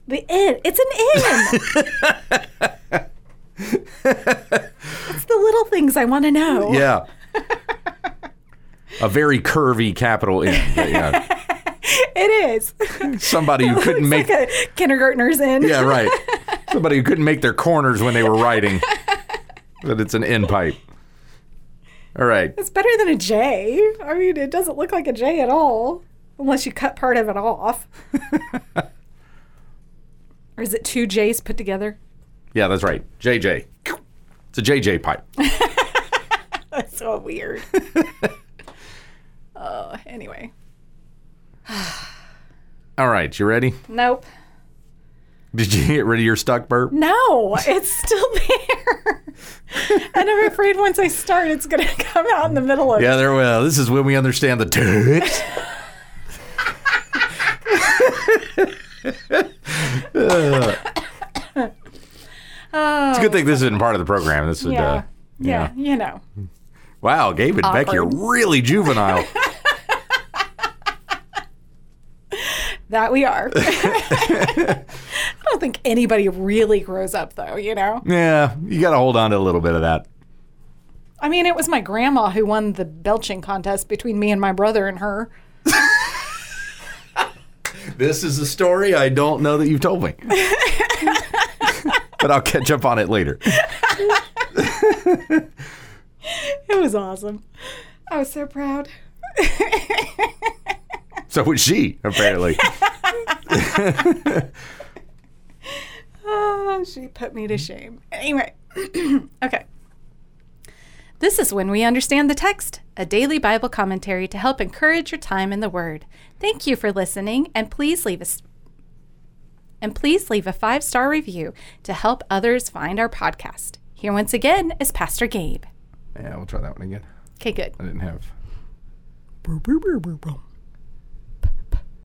Speaker 2: The N. It's an N. it's the little things I want to know.
Speaker 1: Yeah. a very curvy capital N. but yeah.
Speaker 2: It is.
Speaker 1: Somebody who couldn't make
Speaker 2: It's like a kindergartner's N.
Speaker 1: Yeah, right. Somebody who couldn't make their corners when they were writing. But it's an N pipe. All right.
Speaker 2: It's better than a J. I mean, it doesn't look like a J at all, unless you cut part of it off. or is it two J's put together?
Speaker 1: Yeah, that's right. JJ. It's a JJ pipe.
Speaker 2: That's so weird. uh, anyway.
Speaker 1: All right, you ready?
Speaker 2: Nope.
Speaker 1: Did you get rid of your stuck burp?
Speaker 2: No, it's still there. and I'm afraid once I start, it's going to come out in the middle of
Speaker 1: Yeah, there will. This is when we understand the toots.
Speaker 2: Oh,
Speaker 1: It's a good thing this isn't part of the program. This would.
Speaker 2: yeah.
Speaker 1: Uh,
Speaker 2: yeah, you know.
Speaker 1: wow, Gabe and Becky are
Speaker 2: Awkward.
Speaker 1: really juvenile.
Speaker 2: That we are. I don't think anybody really grows up, though, you know?
Speaker 1: yeah, you got to hold on to a little bit of that.
Speaker 2: I mean, it was my grandma who won the belching contest between me and my brother and her.
Speaker 1: This is a story I don't know that you've told me. but I'll catch up on it later.
Speaker 2: It was awesome. I was so proud.
Speaker 1: So was she, apparently.
Speaker 2: Ah, Oh, she put me to shame. Anyway, okay. This is When We Understand the Text, a daily Bible commentary to help encourage your time in the Word. Thank you for listening, and please leave us. And please leave a five star review to help others find our podcast. Here, once again, is Pastor Gabe.
Speaker 4: Yeah, we'll try that one again.
Speaker 2: Okay, good.
Speaker 4: I didn't have.